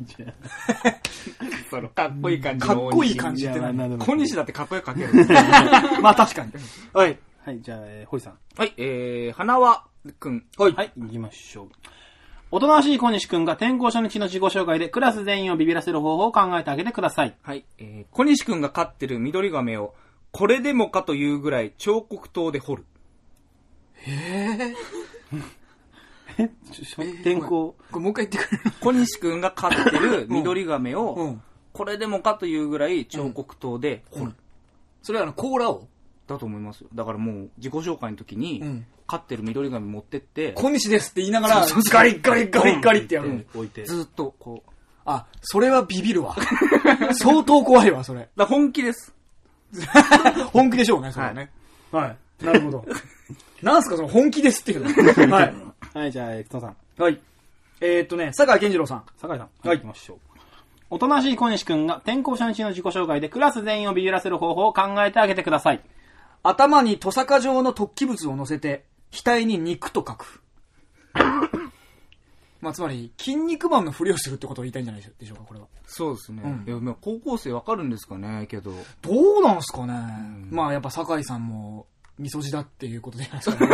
S3: じゃ
S2: そのかっこいい感じ
S1: かっ
S2: の
S1: こいい
S3: あ
S1: 感じって何
S3: なんだろう
S2: 小西だってかっこよくかける。
S1: まあ確かに。はい。
S3: はい、じゃあ、えー堀さん。
S2: はい、えー、花輪くん。
S1: はい。
S3: はい、行きましょう。おとなしい小西くんが転校初日の自己紹介でクラス全員をビビらせる方法を考えてあげてください。
S2: はい、えー、小西くんが飼ってる緑亀を、これでもかというぐらい彫刻刀で彫 る。
S3: 転校。
S1: これもう一回言ってくれる。
S2: 小西くんが飼ってる緑亀を、
S1: うん
S2: これでもかというぐらい彫刻刀で彫る。
S1: それはあの、甲羅を。
S2: だと思いますよ。だからもう、自己紹介の時に、
S1: うん
S2: 飼ってる緑亀持ってって、
S1: 小西ですって言いながら、ガリッガリッガリッガリってやる。
S3: 置いて。
S2: ずーっとこう。
S1: あ、それはビビるわ。 相当怖いわ、それ。
S2: だから本気です。
S1: 本気でしょうね、それはね。はい。なる ほど。なんすか、その本気ですっていうの。はい。
S3: はい、じゃあ、えー、くとさん。
S1: はい。えーっとね、坂井健次郎さん。
S3: 酒井さん。
S1: はい
S3: 行きましょう。おとなしい小西くんが転校初日の自己紹介でクラス全員をビビらせる方法を考えてあげてください。
S1: 頭にトサカ状の突起物を乗せて、額に肉と書 く。まあ、つまり、筋肉マンのふりをするってことを言いたいんじゃないでしょうか、これは。
S2: そうですね。
S1: うん
S2: いや、まあ高校生わかるんですかね、けど。
S1: どうなんすかね、まあ、やっぱ酒井さんも、味噌汁だっていうことじゃないですか、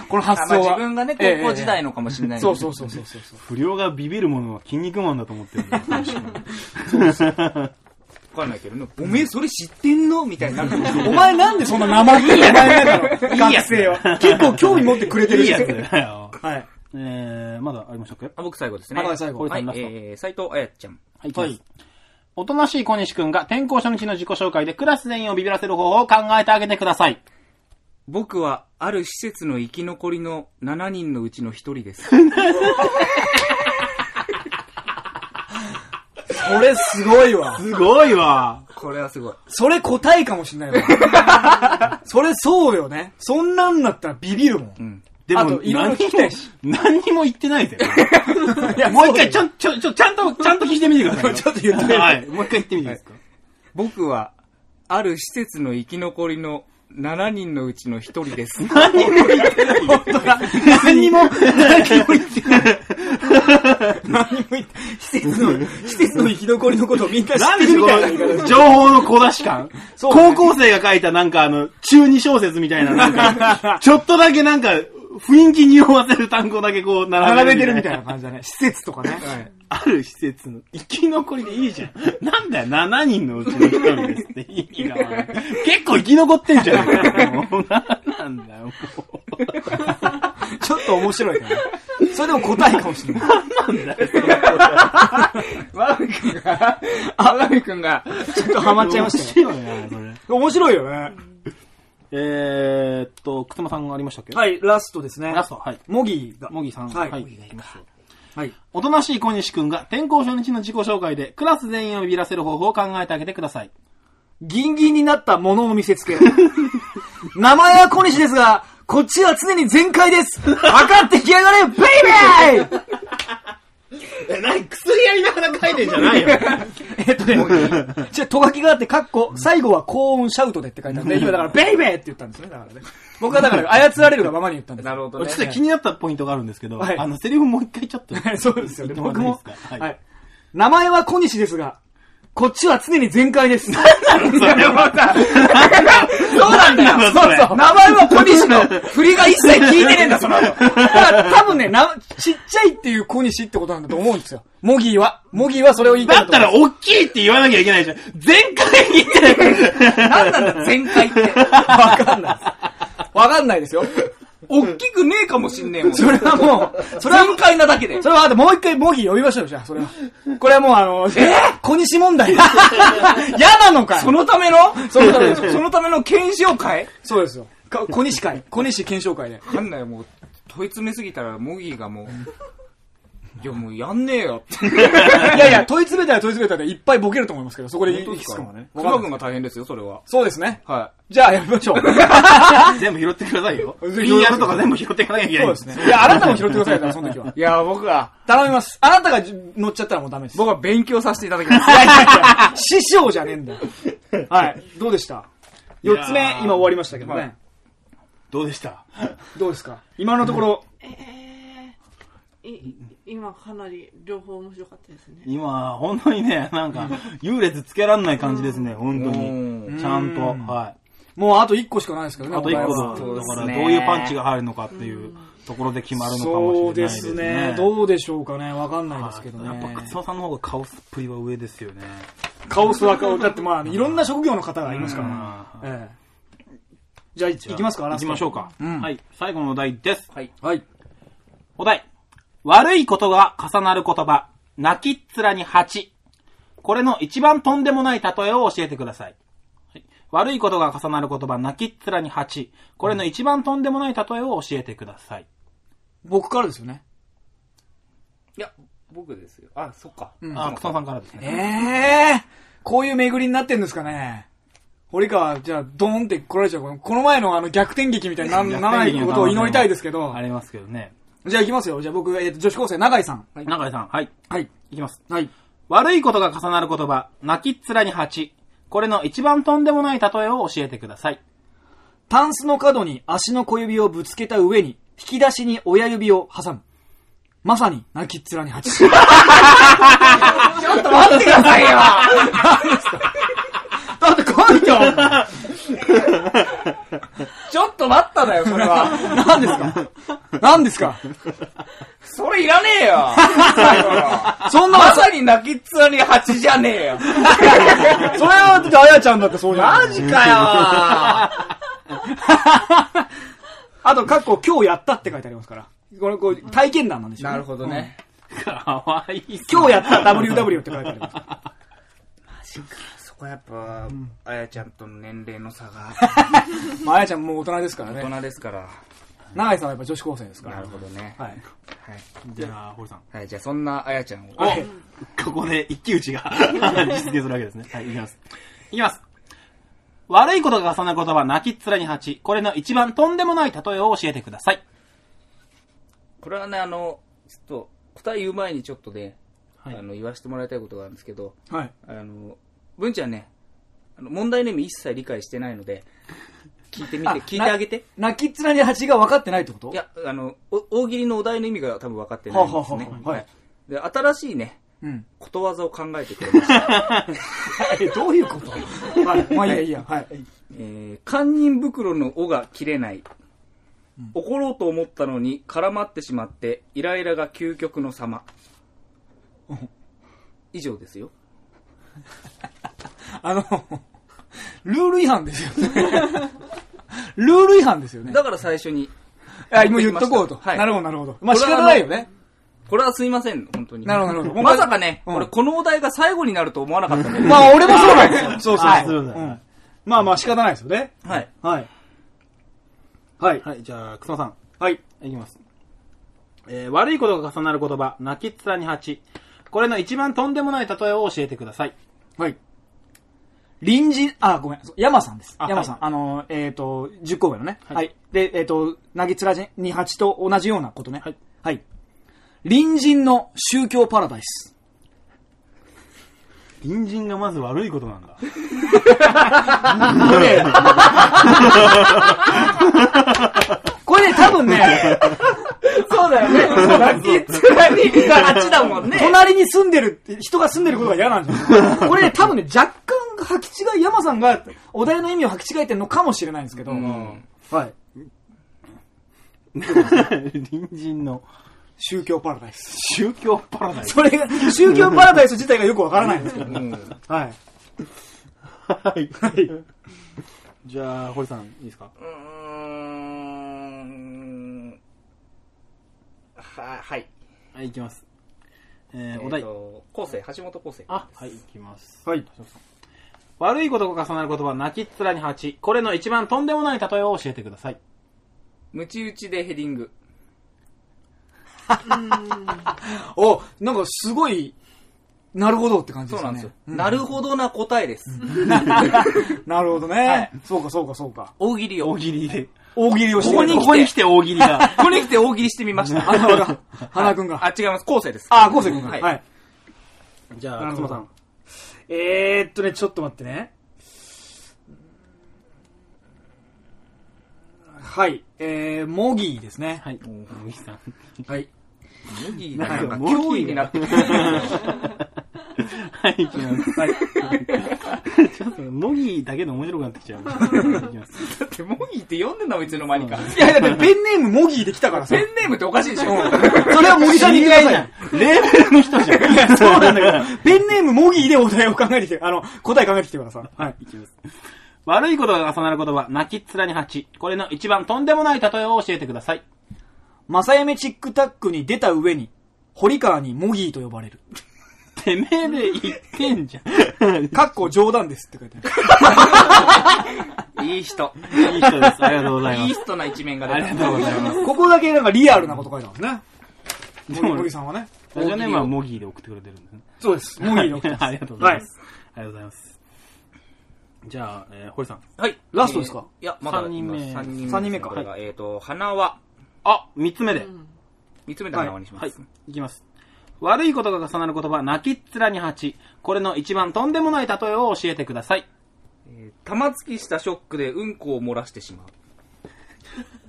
S1: ね、 この発
S2: あまあ
S1: 想は。
S2: 自分がね、高校時代のかもし
S1: ええ。
S2: れ
S1: え
S2: な
S1: え
S2: い
S1: そうそうそうそうそう。
S3: 不良がビビるものは筋肉マンだと思ってるんだよ
S2: わかんないけどね。おめえそれ知ってんのみたいになる。
S1: お前なんでそんな生意気な名前なの学生は。結構興味持ってくれてる
S3: いい
S1: し
S3: やつだよ。
S1: はい。
S3: えー、まだありましたっけ
S2: あ僕最後ですね。
S1: はい最後
S2: はい、
S3: 堀さんラスト
S2: えー、斎藤彩ちゃん。
S3: はい、はい。おとなしい小西くんが転校初日の自己紹介でクラス全員をビビらせる方法を考えてあげてください。
S2: 僕は、ある施設の生き残りの7人のうちの1人 です。
S1: それすごいわ。
S3: すごいわ。
S2: これはすごい。
S1: それ答えかもしんないわ。 それそうよね。そんなんだったらビビるもん。
S2: うん。
S3: で
S1: あといろいろ聞きたいし
S3: 何にも言って ないですよ。
S1: いや、
S3: もう一回ちょ
S1: っ
S3: ん、ちょ、ちょ、ちゃんと、 ちゃんと聞いてみてくださいよ。
S1: ちょっと言ってみて
S3: はい。もう一回言ってみていいですか
S2: 僕は、ある施設の生き残りの7人のうちの1人です。
S3: 何にも、 何にも言ってない。
S1: 施設の、施設の生き残りのことをみんな知
S3: な
S1: って
S3: んで
S1: る
S3: す
S1: み
S3: こ
S1: たいな言い方
S3: の情報の小出し感
S1: そうだね
S3: 高校生が書いたなんかあの、中二小説みたいな、なん か、ちょっとだけなんか、雰囲気に合わせる単語だけこう並
S1: 並
S3: べ
S1: べてるみたい
S3: な。
S1: な感じだね。施設とかね。
S3: ある施設の生き残りでいいじゃん。なんだよ、7人のうちの1人です って意味がわかんない。結構生き残ってんじゃ ん。もうなんなんだよ、もう。
S1: ちょっと面白いからね。それでも答えかもしれない。
S2: わがみくんが、あわがみくんが、
S1: ちょっとハマっちゃいましたね。
S3: 面白いな、それ。
S1: 面白いよね。
S3: えーっと、くつまさんがありましたっけ
S1: はい、ラストですね。
S3: ラスト、はい。
S1: モギが。
S3: もぎさん。
S1: はい。
S3: 行きましょう。
S1: はい。
S3: おとなしい小西くんが転校初日の自己紹介でクラス全員をビビらせる方法を考えてあげてください。
S1: ギンギンになったものを見せつける。 名前は小西ですが、こっちは常に全開です分かってきやがれ、ベイベー
S3: え、なに薬やりながら書いてんじゃない よ。
S1: えっとね、じゃとがきがあって、かっこ、最後は高音シャウトでって書いてあって、今だから、ベイベーって言ったんですね、だからね。僕はだから、操られるがままに言ったんです。
S2: なるほどね
S3: ちょっと気になったポイントがあるんですけど、
S1: はい
S3: あの、セリフもう一回ちょっと。
S1: そうですよね、
S3: 言っ
S1: 僕
S3: てら
S1: も
S3: っていいです。か
S1: は
S3: はい。
S1: い。名前は小西ですが、こっちは常に全開です。
S2: それはさ、そうなんだよ。
S3: なん
S1: そ
S3: だ
S1: う
S3: それ
S1: そう。名前は小西の振りが一切聞いてねえんだ、その後。だから多分ね、な、ちっちゃいっていう小西ってことなんだと思うんですよ。モギーは。モギーはそれを言いた
S3: だ
S1: い
S3: っ
S1: と
S3: た
S1: 思
S3: ら、大きいって言わなきゃいけないじゃん。全開に言ってない。
S2: なんなんだ、全開って。
S1: わかんないです。わかんないですよ。
S2: おっきくねえかもしんねえもん。
S1: それはもう、そ
S2: そ
S1: れ
S2: れ
S1: は
S2: は全開なだけで。
S1: それはあともう一回モギー呼びましょう、じゃあ、それは。これはもうあの、小西問題です。 嫌なのかよ
S2: そのための
S1: そのための
S2: そのための検証会
S1: そうですよ。か小西会。小西検証 会で。
S2: わかんないよ、もう、問い詰めすぎたら、モギーがもう、いや、もうやんねえよって。
S1: いやいや、問い詰めたら問い詰めたらいっぱいボケると思いますけど、そこで行き着くのはね。
S2: クマ君が大変ですよ、それは。
S1: そうですね。
S2: は
S1: じゃあやりま しょう。
S3: 全部拾ってくださいよ。
S1: 全部拾ってください
S3: PR と か全部拾っていかなきゃいけない。
S1: そうですね。いや、あなたも拾ってくださいから、その時は。
S2: い。いや、僕は、
S1: 頼みます。あなたがじ乗っちゃったらもうダメです。
S2: 僕は勉強させていただき ます。
S1: いやいやいや師匠じゃねえ んだよ。はい。どうでした
S3: いや
S1: 四
S3: ー
S1: つ目、今終わりましたけどね。
S3: どうでした
S1: どうですか今のところ、
S4: えー、い今かなり両方面白かったですね。
S3: 今、本当にね、 なんか、優劣つけらんない感じですね、本当
S2: う
S3: に。ちゃんと。
S1: うん
S3: はい。
S1: もうあと一個しかないですけどね、
S3: あと一個だ。だ
S1: 答えは
S3: から、
S2: そうですね
S3: どういうパンチが入るのかっていうところで決まるのか
S1: そ
S3: も
S1: う
S3: しれ
S1: で
S3: ないですす
S1: ね
S3: ね。。
S1: どうでしょうかね。わかんないで
S3: ですす
S1: け
S3: け
S1: ど
S3: ど
S1: ね。
S3: ね。やっぱ、草さんの方がカオスっぷりは上ですよね。
S1: カオスはカオス。だってまあ、いろんな職業の方がいますからね。ええじゃあ、いいきますか、
S3: 行きましょうか。
S1: うん
S3: はい。最後のお題です。
S2: はい。
S1: う。はい。
S3: お題。悪いことが重なる言葉。泣きっ面に蜂。これの一番とんでもない例えを教えてください。はい悪いことが重なる言葉、泣きっ面に蜂。これの一番とんでもない例えを教えてください。
S1: 僕からですよね。
S2: いや、僕ですよ。あ、そっか。
S1: うん
S3: あ、草さんからです
S1: え
S3: ね。
S1: えこういう巡りになってんですかね。堀川、じゃあ、ドーンって来られちゃう。このこの前のあの逆転劇みたいになならないことを祈りたいですけど
S3: あ。りますけどね。
S1: じゃあ行きますよ。じゃあ僕、えっと女子高生、永井さん。
S3: 中井さん、はい。
S1: はい。
S3: いきます。
S1: はい。
S3: 悪いことが重なる言葉、泣きっ面に蜂。これの一番とんでもない例えを教えてください。
S1: タンスの角に足の小指をぶつけた上に、引き出しに親指を挟む。まさに、泣きっ面に蜂。ちょっと待ってくだ さいよ何ですかだって来いよ
S2: ちょっと待っただよ、それ は。
S1: 何ですか何ですか
S2: それいらねえ よ。最後の
S1: そんな
S2: まさに泣きっ面に蜂じゃねえよ。
S1: それは、だって、あやちゃんだってそうじゃん
S2: マ ジかよ。
S1: あと、かっこ、今日やったって書いてありますから。これ、こう、体験談なんでしょうね
S2: なるほどね。
S3: かわいい。
S1: 今日やった WW って書いてあります。
S2: そこはやっぱ、あやちゃんとの年齢の差 が
S1: まあ、あやちゃんもう大人ですから
S2: 大
S1: ね。
S2: 人ですから。
S1: 永井さんはやっぱ女子高生ですから。
S2: なるほどね。
S1: はい。
S2: はい。
S3: じゃあ、堀さん。
S2: はい、じゃあそんなあやちゃんを。
S1: はい
S3: おここで一騎打ちが 実現するわけですね。はい、いきます。いきます。悪いことが重なる言葉、泣きっ面に蜂。これの一番とんでもない例えを教えてください。
S2: これはね、あの、ちょっと、答え言う前にちょっとね、
S3: はい
S2: あの、言わせてもらいたいことがあるんですけど、
S1: はい。
S2: あの、文ちゃんね、あの問題ネーム一切理解してないので、聞いてみて、
S1: あ
S2: 聞いてあげて。
S1: な泣きっ面に蜂が分かってないってこと
S2: いや、あの、お大喜利のお題の意味が多分分かってないんですね
S1: はあは。あはあはい
S2: で、新しいね、
S1: うん。
S2: ことわざを考えてくれま した。
S1: え、どういうことはい。まあいいやいいや。はい。
S2: えー、堪忍袋の尾が切れない。怒ろうと思ったのに絡まってしまって、イライラが究極の様。以上ですよ。
S1: あの、ルール違反ですよね。ルール違反ですよね。
S2: だから最初に、
S1: あ、もう言っとこうと。
S2: はい
S1: なるほど、なるほど。まあ仕
S2: これは
S1: 方ないよね。
S2: これはすいません、本当に。
S1: なるほどなるほど
S2: まさかね、
S1: うん
S2: 俺このお題が最後になると思わなかったんだけど。
S1: まあ俺もそうなんですよ。そうそう
S3: はい
S1: そう。
S3: そうだ
S1: うんまあまあ仕方ないですよね。
S2: はい。
S1: はい。はい。
S3: はい、じゃあ、草野さん。
S1: はい。
S3: いきます。えー悪いことが重なる言葉、泣きっ面に蜂。これの一番とんでもない例えを教えてください。
S1: はい。隣人、あ、ごめん、そう山さんです。
S3: あ
S1: 山さん。
S3: はい
S1: あの、えっ、と、10個上のね。はいい。で、えっ、と、なぎつらじに8と同じようなことね。
S3: はい。
S1: はい。隣人の宗教パラダイス。
S3: 隣人がまず悪いことなんだ。
S1: これ、これね、多分ね、そうだよね。泣きつらい
S2: に8だもんね。
S1: 隣に住んでる、人が住んでることが嫌なんじゃないこれね、多分ね、若干履き違い、山さんがお題の意味を履き違えてるのかもしれないんですけど、はい。
S3: 隣人の
S1: 宗教パラダイス。
S3: 宗教パラダイス。
S1: それが、宗教パラダイス自体がよくわからないんです けど、はい。
S3: はい。じゃあ、堀さん、いいですか
S2: うーん。は、はい。
S3: はい、いきます。
S2: え
S3: えー、
S2: ー
S3: お題。
S2: と後世、橋本後世。
S3: あ、はい、いきます。
S1: はい。
S3: 悪いことが重なる言葉、泣きっ面に蜂。これの一番とんでもない例えを教えてください。
S2: ムチ打ちでヘディング。
S1: お、なんかすごい、なるほどって感じ
S2: そ
S1: で
S2: う
S1: すね。
S2: なんですよ。なるほどな答えです。
S1: なるほどね、そうかそうかそうか。
S2: 大喜利を。
S3: 大喜利で。
S1: 大喜利をし
S3: こ
S1: て
S3: こ
S1: くれ
S3: に
S1: た
S3: ここに来て大喜利が。
S2: ここに来て大喜利してみました。
S1: あ、なるほど。 花君が。
S2: あ、違います。後世です。
S1: あ、昴生君が。
S2: はい
S1: はい。
S3: じゃ
S1: な
S3: あ、
S1: る
S3: つ
S1: ほ
S3: ま
S1: ど
S3: さん。
S1: えー、っとね、ちょっと待ってね。はい。えー、モギーですね。
S3: はい、小木さん。
S1: はい。
S2: モギーが
S3: な
S2: なんん
S3: か
S2: か
S3: モ
S2: 脅
S3: ギ
S2: 威
S3: ー
S2: に
S3: が
S2: なってきてる。
S3: はい、いき ます。はい。ちょっと、モギーだけで面白くなってき ちゃう。いきます。
S2: だってモギーって読んでんだもん、いつの間にか。
S1: いや、だってペンネームモギーで来たからさ。
S2: ペ
S1: うん
S2: ンネームっておかしいでしょ。
S1: それは森さんに言ってくださ い。
S3: レーベルの人じゃん。
S1: いや、そうなんだけど、ペンネームモギーでお題を考えてきて、あの、答え考えてきてください。はい。
S3: いきます。悪いことが重なる言葉、泣きっ面に蜂。これの一番とんでもない例えを教えてください。
S1: マサヤメチックタックに出た上に、堀川にモギーと呼ばれる。
S3: てめえで言ってんじゃ ん。
S1: かっこ冗談ですって書いてある。
S2: いい人。
S3: いい人です。ありがとうございま
S2: いい
S3: す。
S2: 人な一面が
S3: あ
S2: 出た
S3: りが。とうございま す。
S1: ここだけなんかリアルなこと書いてますね。
S3: も
S1: モギさんはね。
S3: ラジオネームはモギーで送ってくれてるんですね。
S1: そう です。モギーのことです。
S3: ありがとうございます。ありがとうございます。じゃあ、えー、堀さん。
S2: はい。
S1: ラストですか
S2: えーいや、まだ
S3: 三人目
S2: 3人目。
S1: 三人目か
S2: これがえっと、花は、
S3: あ、三つ目で。
S2: 三つ目で花輪にしま
S3: はい
S2: す。、
S3: いきます。悪いことが重なる言葉、泣きっ面に蜂。これの一番とんでもない例えを教えてください。
S2: えー玉突きしたショックでうんこを漏らしてしまう。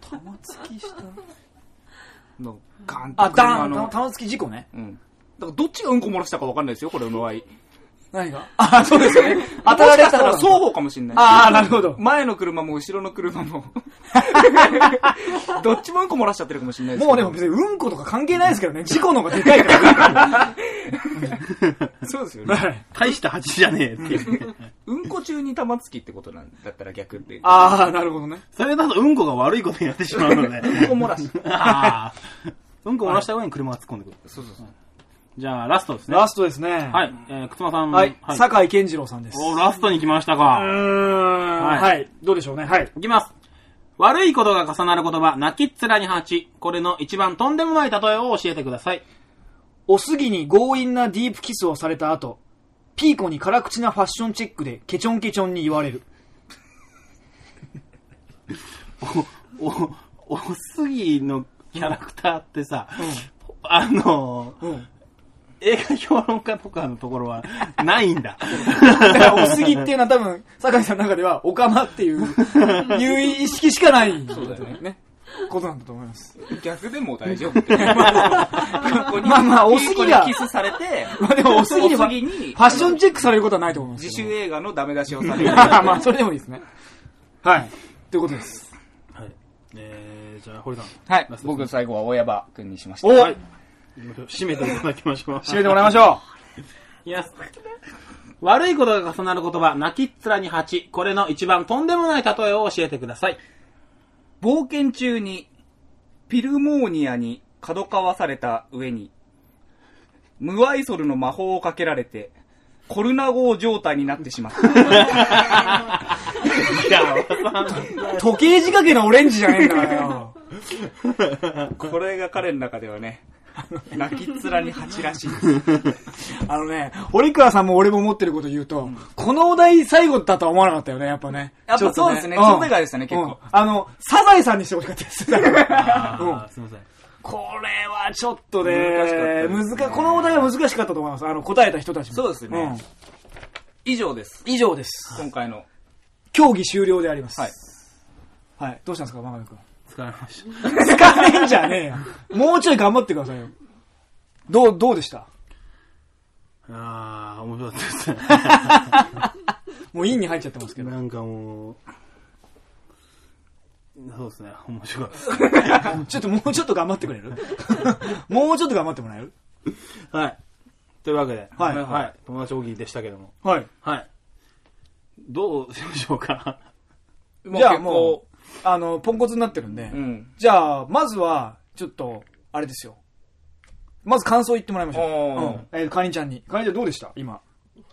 S1: 玉突きした
S2: のガンと
S1: あ、ダ
S2: 車
S1: ン
S2: の
S1: 玉突き事故ね。
S2: うん。だからどっちがうんこ漏らしたかわかんないですよ、これ の場合。
S1: 何があ、そうですよ ね。当たられ
S2: もしかした
S1: た
S2: ら
S1: ら
S2: 双
S1: そう。
S2: 方かもしれない。
S1: ああ、なるほど。
S2: 前の車も後ろの車 も。どっちもうんこ漏らしちゃってるかもしれないですけ
S1: も
S2: ど。
S1: うでも別にうんことか関係ないですけどね。事故の方がでかいから。
S2: そ うですよね。
S3: 大した蜂じゃねえっていう。
S2: うんこ中に玉突きってことなんだったら逆って。
S1: ああ、なるほどね。
S3: それだとうんこが悪いことになってしまうので。
S2: うんこ漏らし。
S3: あーうんこ漏らした上に車が突っ込んでくる。
S2: そうそうそう。
S3: じゃあ、ラストですね。
S1: ラストですね。
S3: はい、えー、くつまさん。
S1: はい。酒井健次郎さんです。
S3: おラストに来ました
S1: うー
S3: か。
S1: ん。
S3: はい
S1: はい。どうでしょうね。はい。
S3: いきます。悪いことが重なる言葉、泣きっ面に蜂。これの一番とんでもない例えを教えてください。
S1: おすぎに強引なディープキスをされた後、ピーコに辛口なファッションチェックでケチョンケチョンに言われ る。
S3: お、おすぎのキャラクターってさ、あのー、
S1: うん。
S3: 映画評論家とかのところはないんだ。
S1: だから、おすぎ っていうのは多分、酒井さんの中では、おかまって いう、いう意識しかない、そうだよね。ことなんだと思います。
S2: 逆でも大丈 夫って。ま
S1: あまあおすぎが
S2: キスされて、
S1: まあでも、おすぎには、
S2: お
S1: フ
S2: 杉
S1: ァ
S2: に
S1: ッションチェックされることはないと思います
S2: 自
S1: けど。
S2: 主映画のダメ出しをされ る。
S1: まあ、それでもいいですね。はい。ということです。
S3: はい。えー、じゃあ、堀さん。
S2: はい
S3: ラス。ト
S2: 僕最後は大山くんにしました。
S1: お
S3: はい
S1: 締。
S3: 締めていただきましょう。締
S1: めてもらいましょ
S3: いきます。悪いことが重なる言葉、泣きっ面に蜂。これの一番とんでもない例えを教えてください。
S2: 冒険中に、ピルモーニアに角わされた上に、無愛ソルの魔法をかけられて、コルナ号状態になってしまった。
S3: いや、さん。
S1: う。 時計仕掛けのオレンジじゃねえんだからよ。
S2: これが彼の中ではね、泣きっ面に蜂らしいです。
S1: あのね、堀川さんも俺も思ってること言うと、このお題最後だとは思わなかったよね、やっぱね。
S2: やっぱ
S1: ちょと
S2: そうですねちょっと意外でしたね
S1: うん
S2: 結構
S1: うんあの、サザエさんにしてほしかったです。だ からうん
S3: あーすいません。
S1: これはちょっと
S2: 難しか
S1: ね、
S2: ったですね
S1: 難このお題は難しかったと思います。あの、答えた人たちも。
S2: そうですね
S1: ん
S2: 以 上です。
S1: 以上です。
S2: 今回の。
S1: 競技終了であります。
S2: はい。
S1: はい。どうしたんですか、真壁君。
S3: 疲れました。
S1: 疲れんじゃねえよ。もうちょい頑張ってくださいよ。どう、どうでした
S3: ああ、面白かったですね。
S1: もうインに入っちゃってますけ ど。
S3: なんかもう、そうですね、面白かったです。
S1: ちょっともうちょっと頑張ってくれる もうちょっと頑張ってもらえる
S3: はい。というわけで、
S1: はい
S3: はい。友達大喜利でしたけども。
S1: はい。
S3: はい。どうしましょうか。
S1: じゃあ
S3: も
S1: もう、あの、ポンコツになってるんで、
S2: うん。
S1: じゃあ、まずは、ちょっと、あれですよ。まず感想言ってもらいましょ
S2: おー
S1: う。うん。えー、かりんちゃんに。かりんちゃんどうでした今。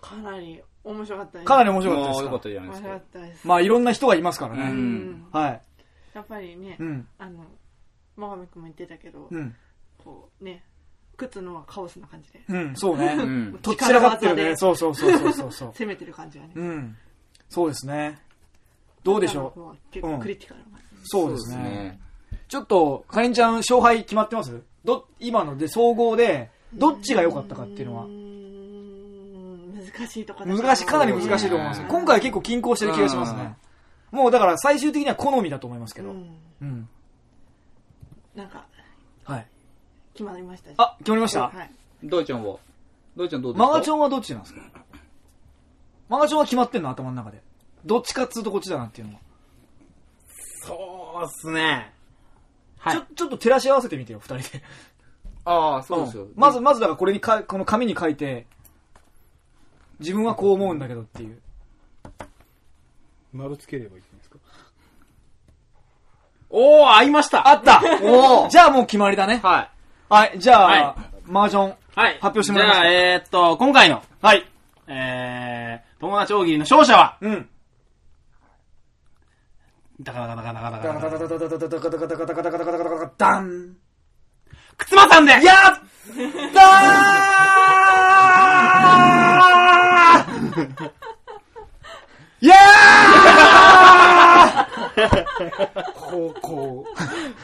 S4: かなり面白かったです。
S1: かなり面白かったで
S2: もう
S1: す
S2: よ
S1: か
S2: かったじゃない
S4: 面
S2: です
S4: 白かっ
S2: か。
S4: たです。
S1: まあ、いろんな人がいますから
S4: う
S1: ね。
S4: ん。
S1: はい。
S4: やっぱりね、
S1: うん。
S4: あの、真壁君も言ってたけど、
S1: うん。
S4: こうね、靴のはカオスな感じで、
S1: うん、そうね。
S2: うん。
S1: とっちらかってる
S4: 力技
S1: ね。
S4: で
S1: そうそうそうそうそう そう。
S4: 攻めてる感じがね。
S1: うん。そうですね。どうでしょ
S4: 中
S1: う
S4: の方は結構クリティカルな感じ。
S1: そうですね。。ちょっと、かりんちゃん勝敗決まってますど、今ので総合で、どっちが良かったかっていうのは
S4: うー。ん難しいとこだ
S1: 難しい、かなり難しいと思います
S4: ね
S1: よ。今回は結構均衡してる気がしますね。もうだから最終的には好みだと思いますけ
S4: う
S1: ど。
S4: ん
S1: うん。
S4: なんか、
S1: はい。
S4: 決まりましたし。
S1: あ、決まりました
S4: はい。
S2: どいちゃんはどいちゃんどうです
S1: マ
S2: か
S1: ガチョンはどっちなんですかマガチョンは決まってんの頭の中で。どっちかっつうとこっちだなっていうのは。
S3: そうっすね。はい
S1: ちょ、ちょっと照らし合わせてみてよ、二人で。
S2: ああ、そうですよ。
S1: まず、まずだからこれにか、この紙に書いて、自分はこう思うんだけどっていう。
S3: 丸つければいいんですかおー、合いました
S1: あ った
S2: おー
S1: じゃあもう決まりだね。
S2: は
S1: はい、じゃあ
S3: は、
S1: マージョン。
S3: はい。
S1: 発表してもらいます
S3: じゃあ、えー、っと、今回の、
S1: はい。
S3: えー、友達大喜利の勝者は、
S1: うん。
S3: だからだからだから
S1: ダ
S3: だから
S1: ダ
S3: だ
S1: ダダダ
S3: から、
S1: ダダダダダダダダダダダダダダダダン。
S3: くつまさんで
S1: やったーいやーこう、こ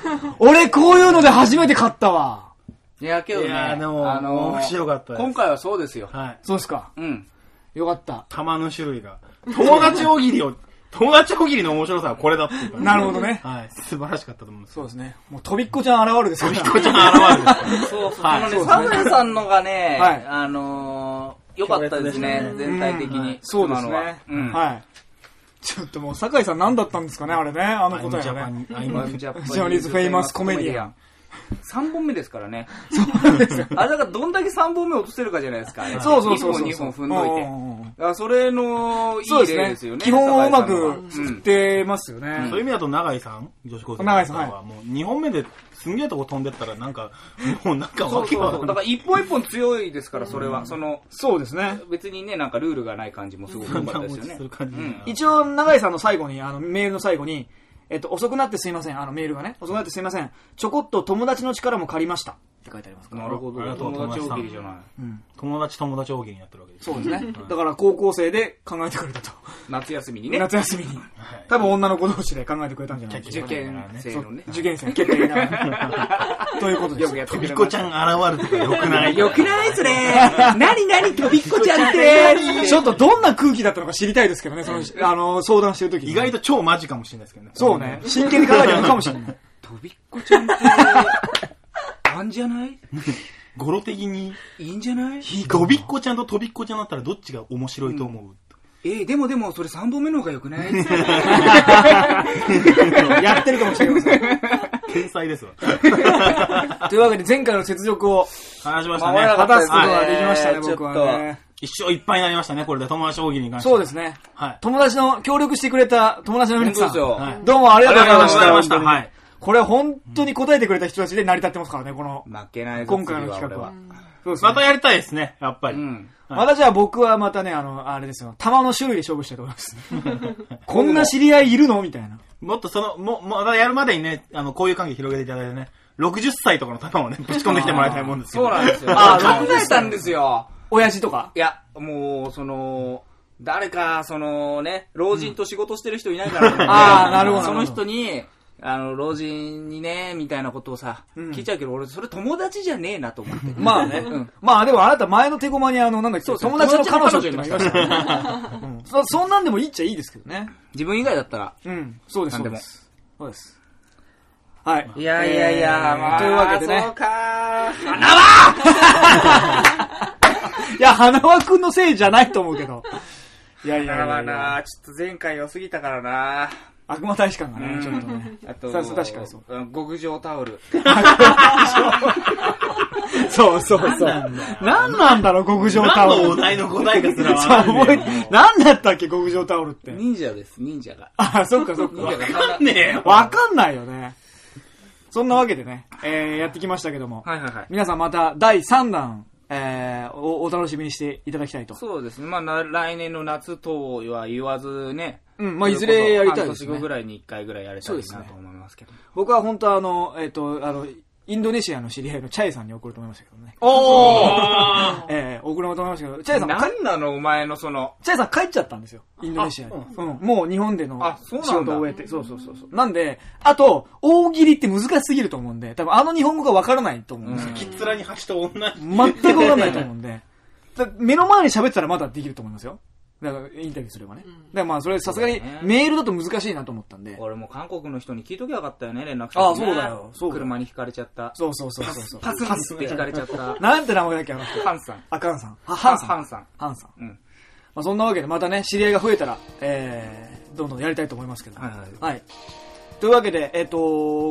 S1: う。俺、こういうので初めて勝ったわ。
S2: い。いや、けどね。
S3: いやーでも
S2: あのー
S3: 面白かったです
S2: 今回はそうですよ。
S3: はい。
S1: そうですか。
S2: うん。
S1: よかった。
S3: 玉の種類が。友達大喜利を、友達大喜利の面白さはこれだっていうから
S1: なるほどね。
S3: はい。素晴らしかったと思うんです
S1: そうですね。もう、とびっこちゃん現る ですから。
S3: こちゃん現れる。
S2: そうそう。
S3: はい
S2: あのね、サザエさんのがね、
S1: はい
S2: あのー、良かったですね、全体的
S1: うん
S2: に。
S1: そうです
S2: 今のは
S1: ね。
S2: うん。
S1: はい。ちょっともう、酒井さん何だったんですかね、あれね。あ の答え
S3: ジャパ
S1: はね。
S3: ン、アイマンジャ
S2: ジャパニ
S1: ジャパニーズフェイマスコメディアン。
S2: 3本目ですからね。
S1: そうですよ。
S2: あれだからどんだけ3本目落とせるかじゃないですか。あれ
S1: そうそうそうそう。
S2: 一本2本踏んどいて。
S1: うんうんうん
S2: だからそれのい
S1: そう
S2: い
S1: です
S2: 例
S1: ね
S2: ですよね。
S1: 基本をうまく
S2: 酒井
S1: 振
S2: さん
S1: っ
S2: は
S1: てますよね。
S3: そういう意味だと、永井さん、女子高生
S1: 永井さんは
S3: は、もう2本目ですんげえとこ飛んでったら、なんか、もうなんか
S2: うんそ
S3: わ
S2: う
S3: け
S2: そう
S3: わか
S2: そ
S3: ん
S2: う。
S3: な
S2: だ
S3: い
S2: から一本一本強いですから、それは。その、
S1: そうですね。
S2: 別にね、なんかルールがない感じもすごく良かったですよね
S3: そんな落ちする感じじゃない。
S2: うん
S1: 一応、永井さんの最後に、あの、メールの最後に、えっと、遅くなってすいません。あの、メールがね。遅くなってすいません。ちょこっと友達の力も借りました。って書いてありますから。
S2: なるほ
S3: あり
S2: ど。
S3: がとう
S2: 友達
S3: 友達さん
S2: 大喜利じゃない。
S1: うん。
S3: 友達友達大喜利になってるわけです
S1: そ
S3: よ
S1: うですね。だから、高校生で考えてくれたと。
S2: 夏休みにね。
S1: 夏休みに
S3: い。
S1: 多分、女の子同士で考えてくれたんじゃないです
S2: 受
S1: か。
S2: 験生のね。
S1: 受験生、結構いいな。ということで
S2: よ
S1: す
S2: く。やって
S3: 飛
S2: く
S3: び
S2: れ
S3: っ
S2: ま
S3: こ
S2: し
S3: ち
S2: た。
S3: ゃん現れてるよくない
S2: よくないっ すね。なになに飛びっこちゃんって。
S1: ちょっとどんな空気だったのか知りたいですけどね、その、あの、相談してる時に
S3: 意外と超マジかもしれないですけどね。
S1: そうね。真剣に考えてるのかもしれない。
S2: 飛びっこちゃんって、あんじゃない
S3: 語呂的に、
S2: いいんじゃない
S3: 飛びっこちゃんと飛びっこちゃんだったらどっちが面白いと思う、
S2: えーでもでも、それ3本目の方が良く ない
S1: やってるかもしれません。
S3: 天才ですわ。
S1: というわけで、前回の雪辱を
S3: 話しました
S2: 守らなか
S1: 果たす
S2: った
S3: ね。
S1: ことができましたね、
S2: はい
S1: 僕はね。
S3: 一生いっぱいになりましたね、これで友達大喜利に関して。
S1: そうですね。
S3: はい。
S1: 友達の、協力してくれた友達の皆さ
S2: 本当ですよ
S1: ん。
S3: はい。
S1: どうもありがとうございました。
S3: ありがとうございました
S1: 本当に
S3: はい
S1: これ本当に答えてくれた人たちで成り立ってますからね、この。
S2: 負けないぞ
S1: 今回の企画は。。そうですね
S3: またやりたいですね、やっぱり。
S2: 次俺うん。
S3: はい
S1: またじゃあ僕はまたね、あの、あれですよ。弾の種類で勝負したいと思います。 こんな知り合いいるのみたいな。
S3: もっとその、も、も、まだやるまでにね、あの、こういう関係広げていただいてね、60歳とかの玉をね、ぶち込んできてもらいたいもんですけど。
S2: そうなんですよ。
S1: あ
S2: 考えたんですよ。
S1: 親父とか。
S2: いや、もう、その、誰か、そのね、老人と仕事してる人いないから、ね
S1: あーなるほど
S2: その人に、あの、老人にね、みたいなことをさ、
S1: うん
S2: 聞いちゃうけど、俺、それ友達じゃねえなと思って。
S1: まあね。まあでもあなた前の手駒にあの、なんだっけ、
S2: そうそう
S1: 友達の彼女っていうのがい
S2: 友
S1: ま
S2: 達
S1: し
S2: の
S1: たよねうんそそんなんでもいいっちゃいいですけどね。
S2: 自分以外だったら、
S1: うん。そうです、
S2: な
S1: そ
S2: ん
S1: う
S2: で
S1: で
S2: も
S1: す。そうです。はい。
S2: いやいやいや、
S1: えー
S2: まあ、
S1: というわけでね
S2: そうかー
S1: いや、花輪くんのせいじゃないと思うけど。いやいやい
S2: 花
S1: や
S2: はい
S1: や。
S2: な、ちょっと前回良すぎたからな。
S1: 悪魔大使館がね、ちょっとね。
S2: あと、
S1: そうそう確かにそう
S2: うん極上タオル。
S1: そうそうそう。なんなんだろう、極上タ
S5: 何
S1: オル。
S5: のお題の答えかすらわ
S1: さあ、
S5: かん
S1: 覚
S5: ね
S1: えて、何だったっけ、極上タオルって。
S2: 忍者です、忍者が。
S1: あ、そっかそっ
S2: 忍者
S1: か。
S2: が
S5: え。わかんねえよ。
S1: わかんないよね。そんなわけでね、えー、やってきましたけども。
S2: はいはいはい。
S1: 皆さんまた第3弾、えー、お、お楽しみにしていただきたいと。
S2: そうですね。まあ、な来年の夏とは言わずね。
S1: うんまあいずれやりたいですね
S2: 半年後ぐらいに一回ぐらいやれたらいい
S1: そう
S2: な
S1: ですね
S2: と思いますけど。
S1: 僕は本当はあの、えっ、と、あの、インドネシアの知り合いのチャイさんに送ると思いましたけどね。
S2: おー
S1: えー、送ろうと思いましたけど、チャイさんも帰
S2: 何なのお前のその、
S1: チャイさん帰っちゃったんですよ。インドネシアに。うん、もう日本での
S2: あそうなんだ
S1: 仕事を終えて。そうそうそうそう。なんで、あと、大喜利って難しすぎると思うんで、多分あの日本語がわからないと思うんですよ。
S5: きっつらに橋と同じ。
S1: 全くわかんないと思うんで。だ目の前に喋ってたらまだできると思いますよ。だから、インタビューすればね。だからまあ、それさすがに
S2: そうだね
S1: メールだと難しいなと思ったんで。
S2: 俺もう韓国の人に聞いときゃよかったよね、連絡先
S1: あそうだよそうだよ
S2: 車にひかれちゃった。
S1: そうそうそうそうそう。
S2: パスンってひかれちゃった。
S1: なんて名前だっけ、あの人。
S2: ハンさん。
S1: あかんさん。あ、ハンさん。
S2: ハンさん。
S1: ハンさん。
S2: うん。
S1: まあ、そんなわけで、またね、知り合いが増えたら、えー、どんどんやりたいと思いますけど。
S2: はいはい
S1: というわけで、えっ、と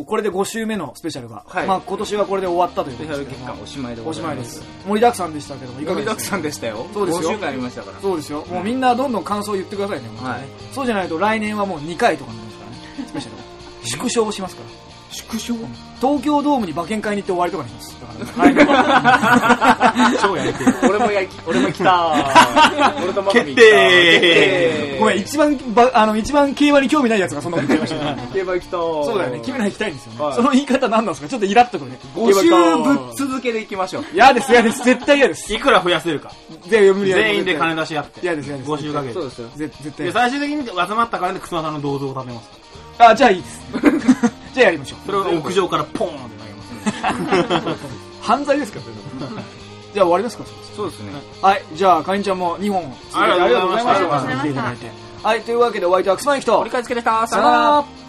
S1: これで5週目のスペシャルが、
S2: はい
S1: まあ今年はこれで終わったというこ
S2: スペシ
S1: と
S2: ャ
S1: です
S2: ル
S1: け
S2: 結
S1: ど
S2: 果
S1: も
S2: おしまいで
S1: お
S2: ご
S1: し
S2: ざ
S1: ま
S2: い
S1: いで
S2: ますす。。
S1: 盛りだくさんでしたけども、いか
S2: 盛
S1: がで
S2: りだ
S1: し
S2: く
S1: た
S2: さんでしたよ。
S1: そうですよ
S2: 5週間ありましたから。
S1: そうですよ。もうみんなどんどん感想を言ってくださいね。本当にね
S2: はい
S1: そうじゃないと来年はもう2回とかになりますからね。スペシャル は。縮小しますから。縮小東京ドームに馬券買いに行って終わりとかにします。だからね、来年は
S5: 超やりてる。
S2: 俺もや、 俺も来た 俺とマフィ
S5: 決
S2: ン来た
S5: 定
S1: ごめん、一番ば、あの、一番競馬に興味ないやつがそんなこと言ってましたね。
S2: 競馬行きたそ
S1: そうだよね、君ら行きたいんですよね。
S2: はい
S1: その言い方何なんですかちょっとイラっとくるね。
S2: 5週ぶっ
S1: つ。
S2: 続けで行きましょう。
S1: 嫌です、嫌です。絶対嫌です。
S5: いくら増やせるか。
S1: で無理やり
S5: 全員で金出し合って。
S1: 嫌です嫌です
S5: 5週かけ
S2: そ
S5: て。
S2: うですよ。
S1: ぜ絶対
S5: で、
S1: 嫌です
S5: 最終的に集まった金で楠田さんの銅像を建てます。
S1: あ、じゃあいいです。じゃあやりましょう。
S5: それを屋上からポーンって投げます。
S1: 犯罪ですから、それじゃあ終わりますか
S2: そうですね。
S1: はい、じゃあ、かりんちゃんも2本続けて
S5: あ
S1: あ
S5: り
S1: り
S5: がと
S1: が
S5: う
S1: とう
S5: ご
S1: ご
S5: ざ
S1: ざ
S5: い
S1: い
S5: ま
S1: ま
S5: し
S1: したた。はい、というわけで、お相手はくすまゆきと、
S2: 折り返しつけでした。
S1: さよなら。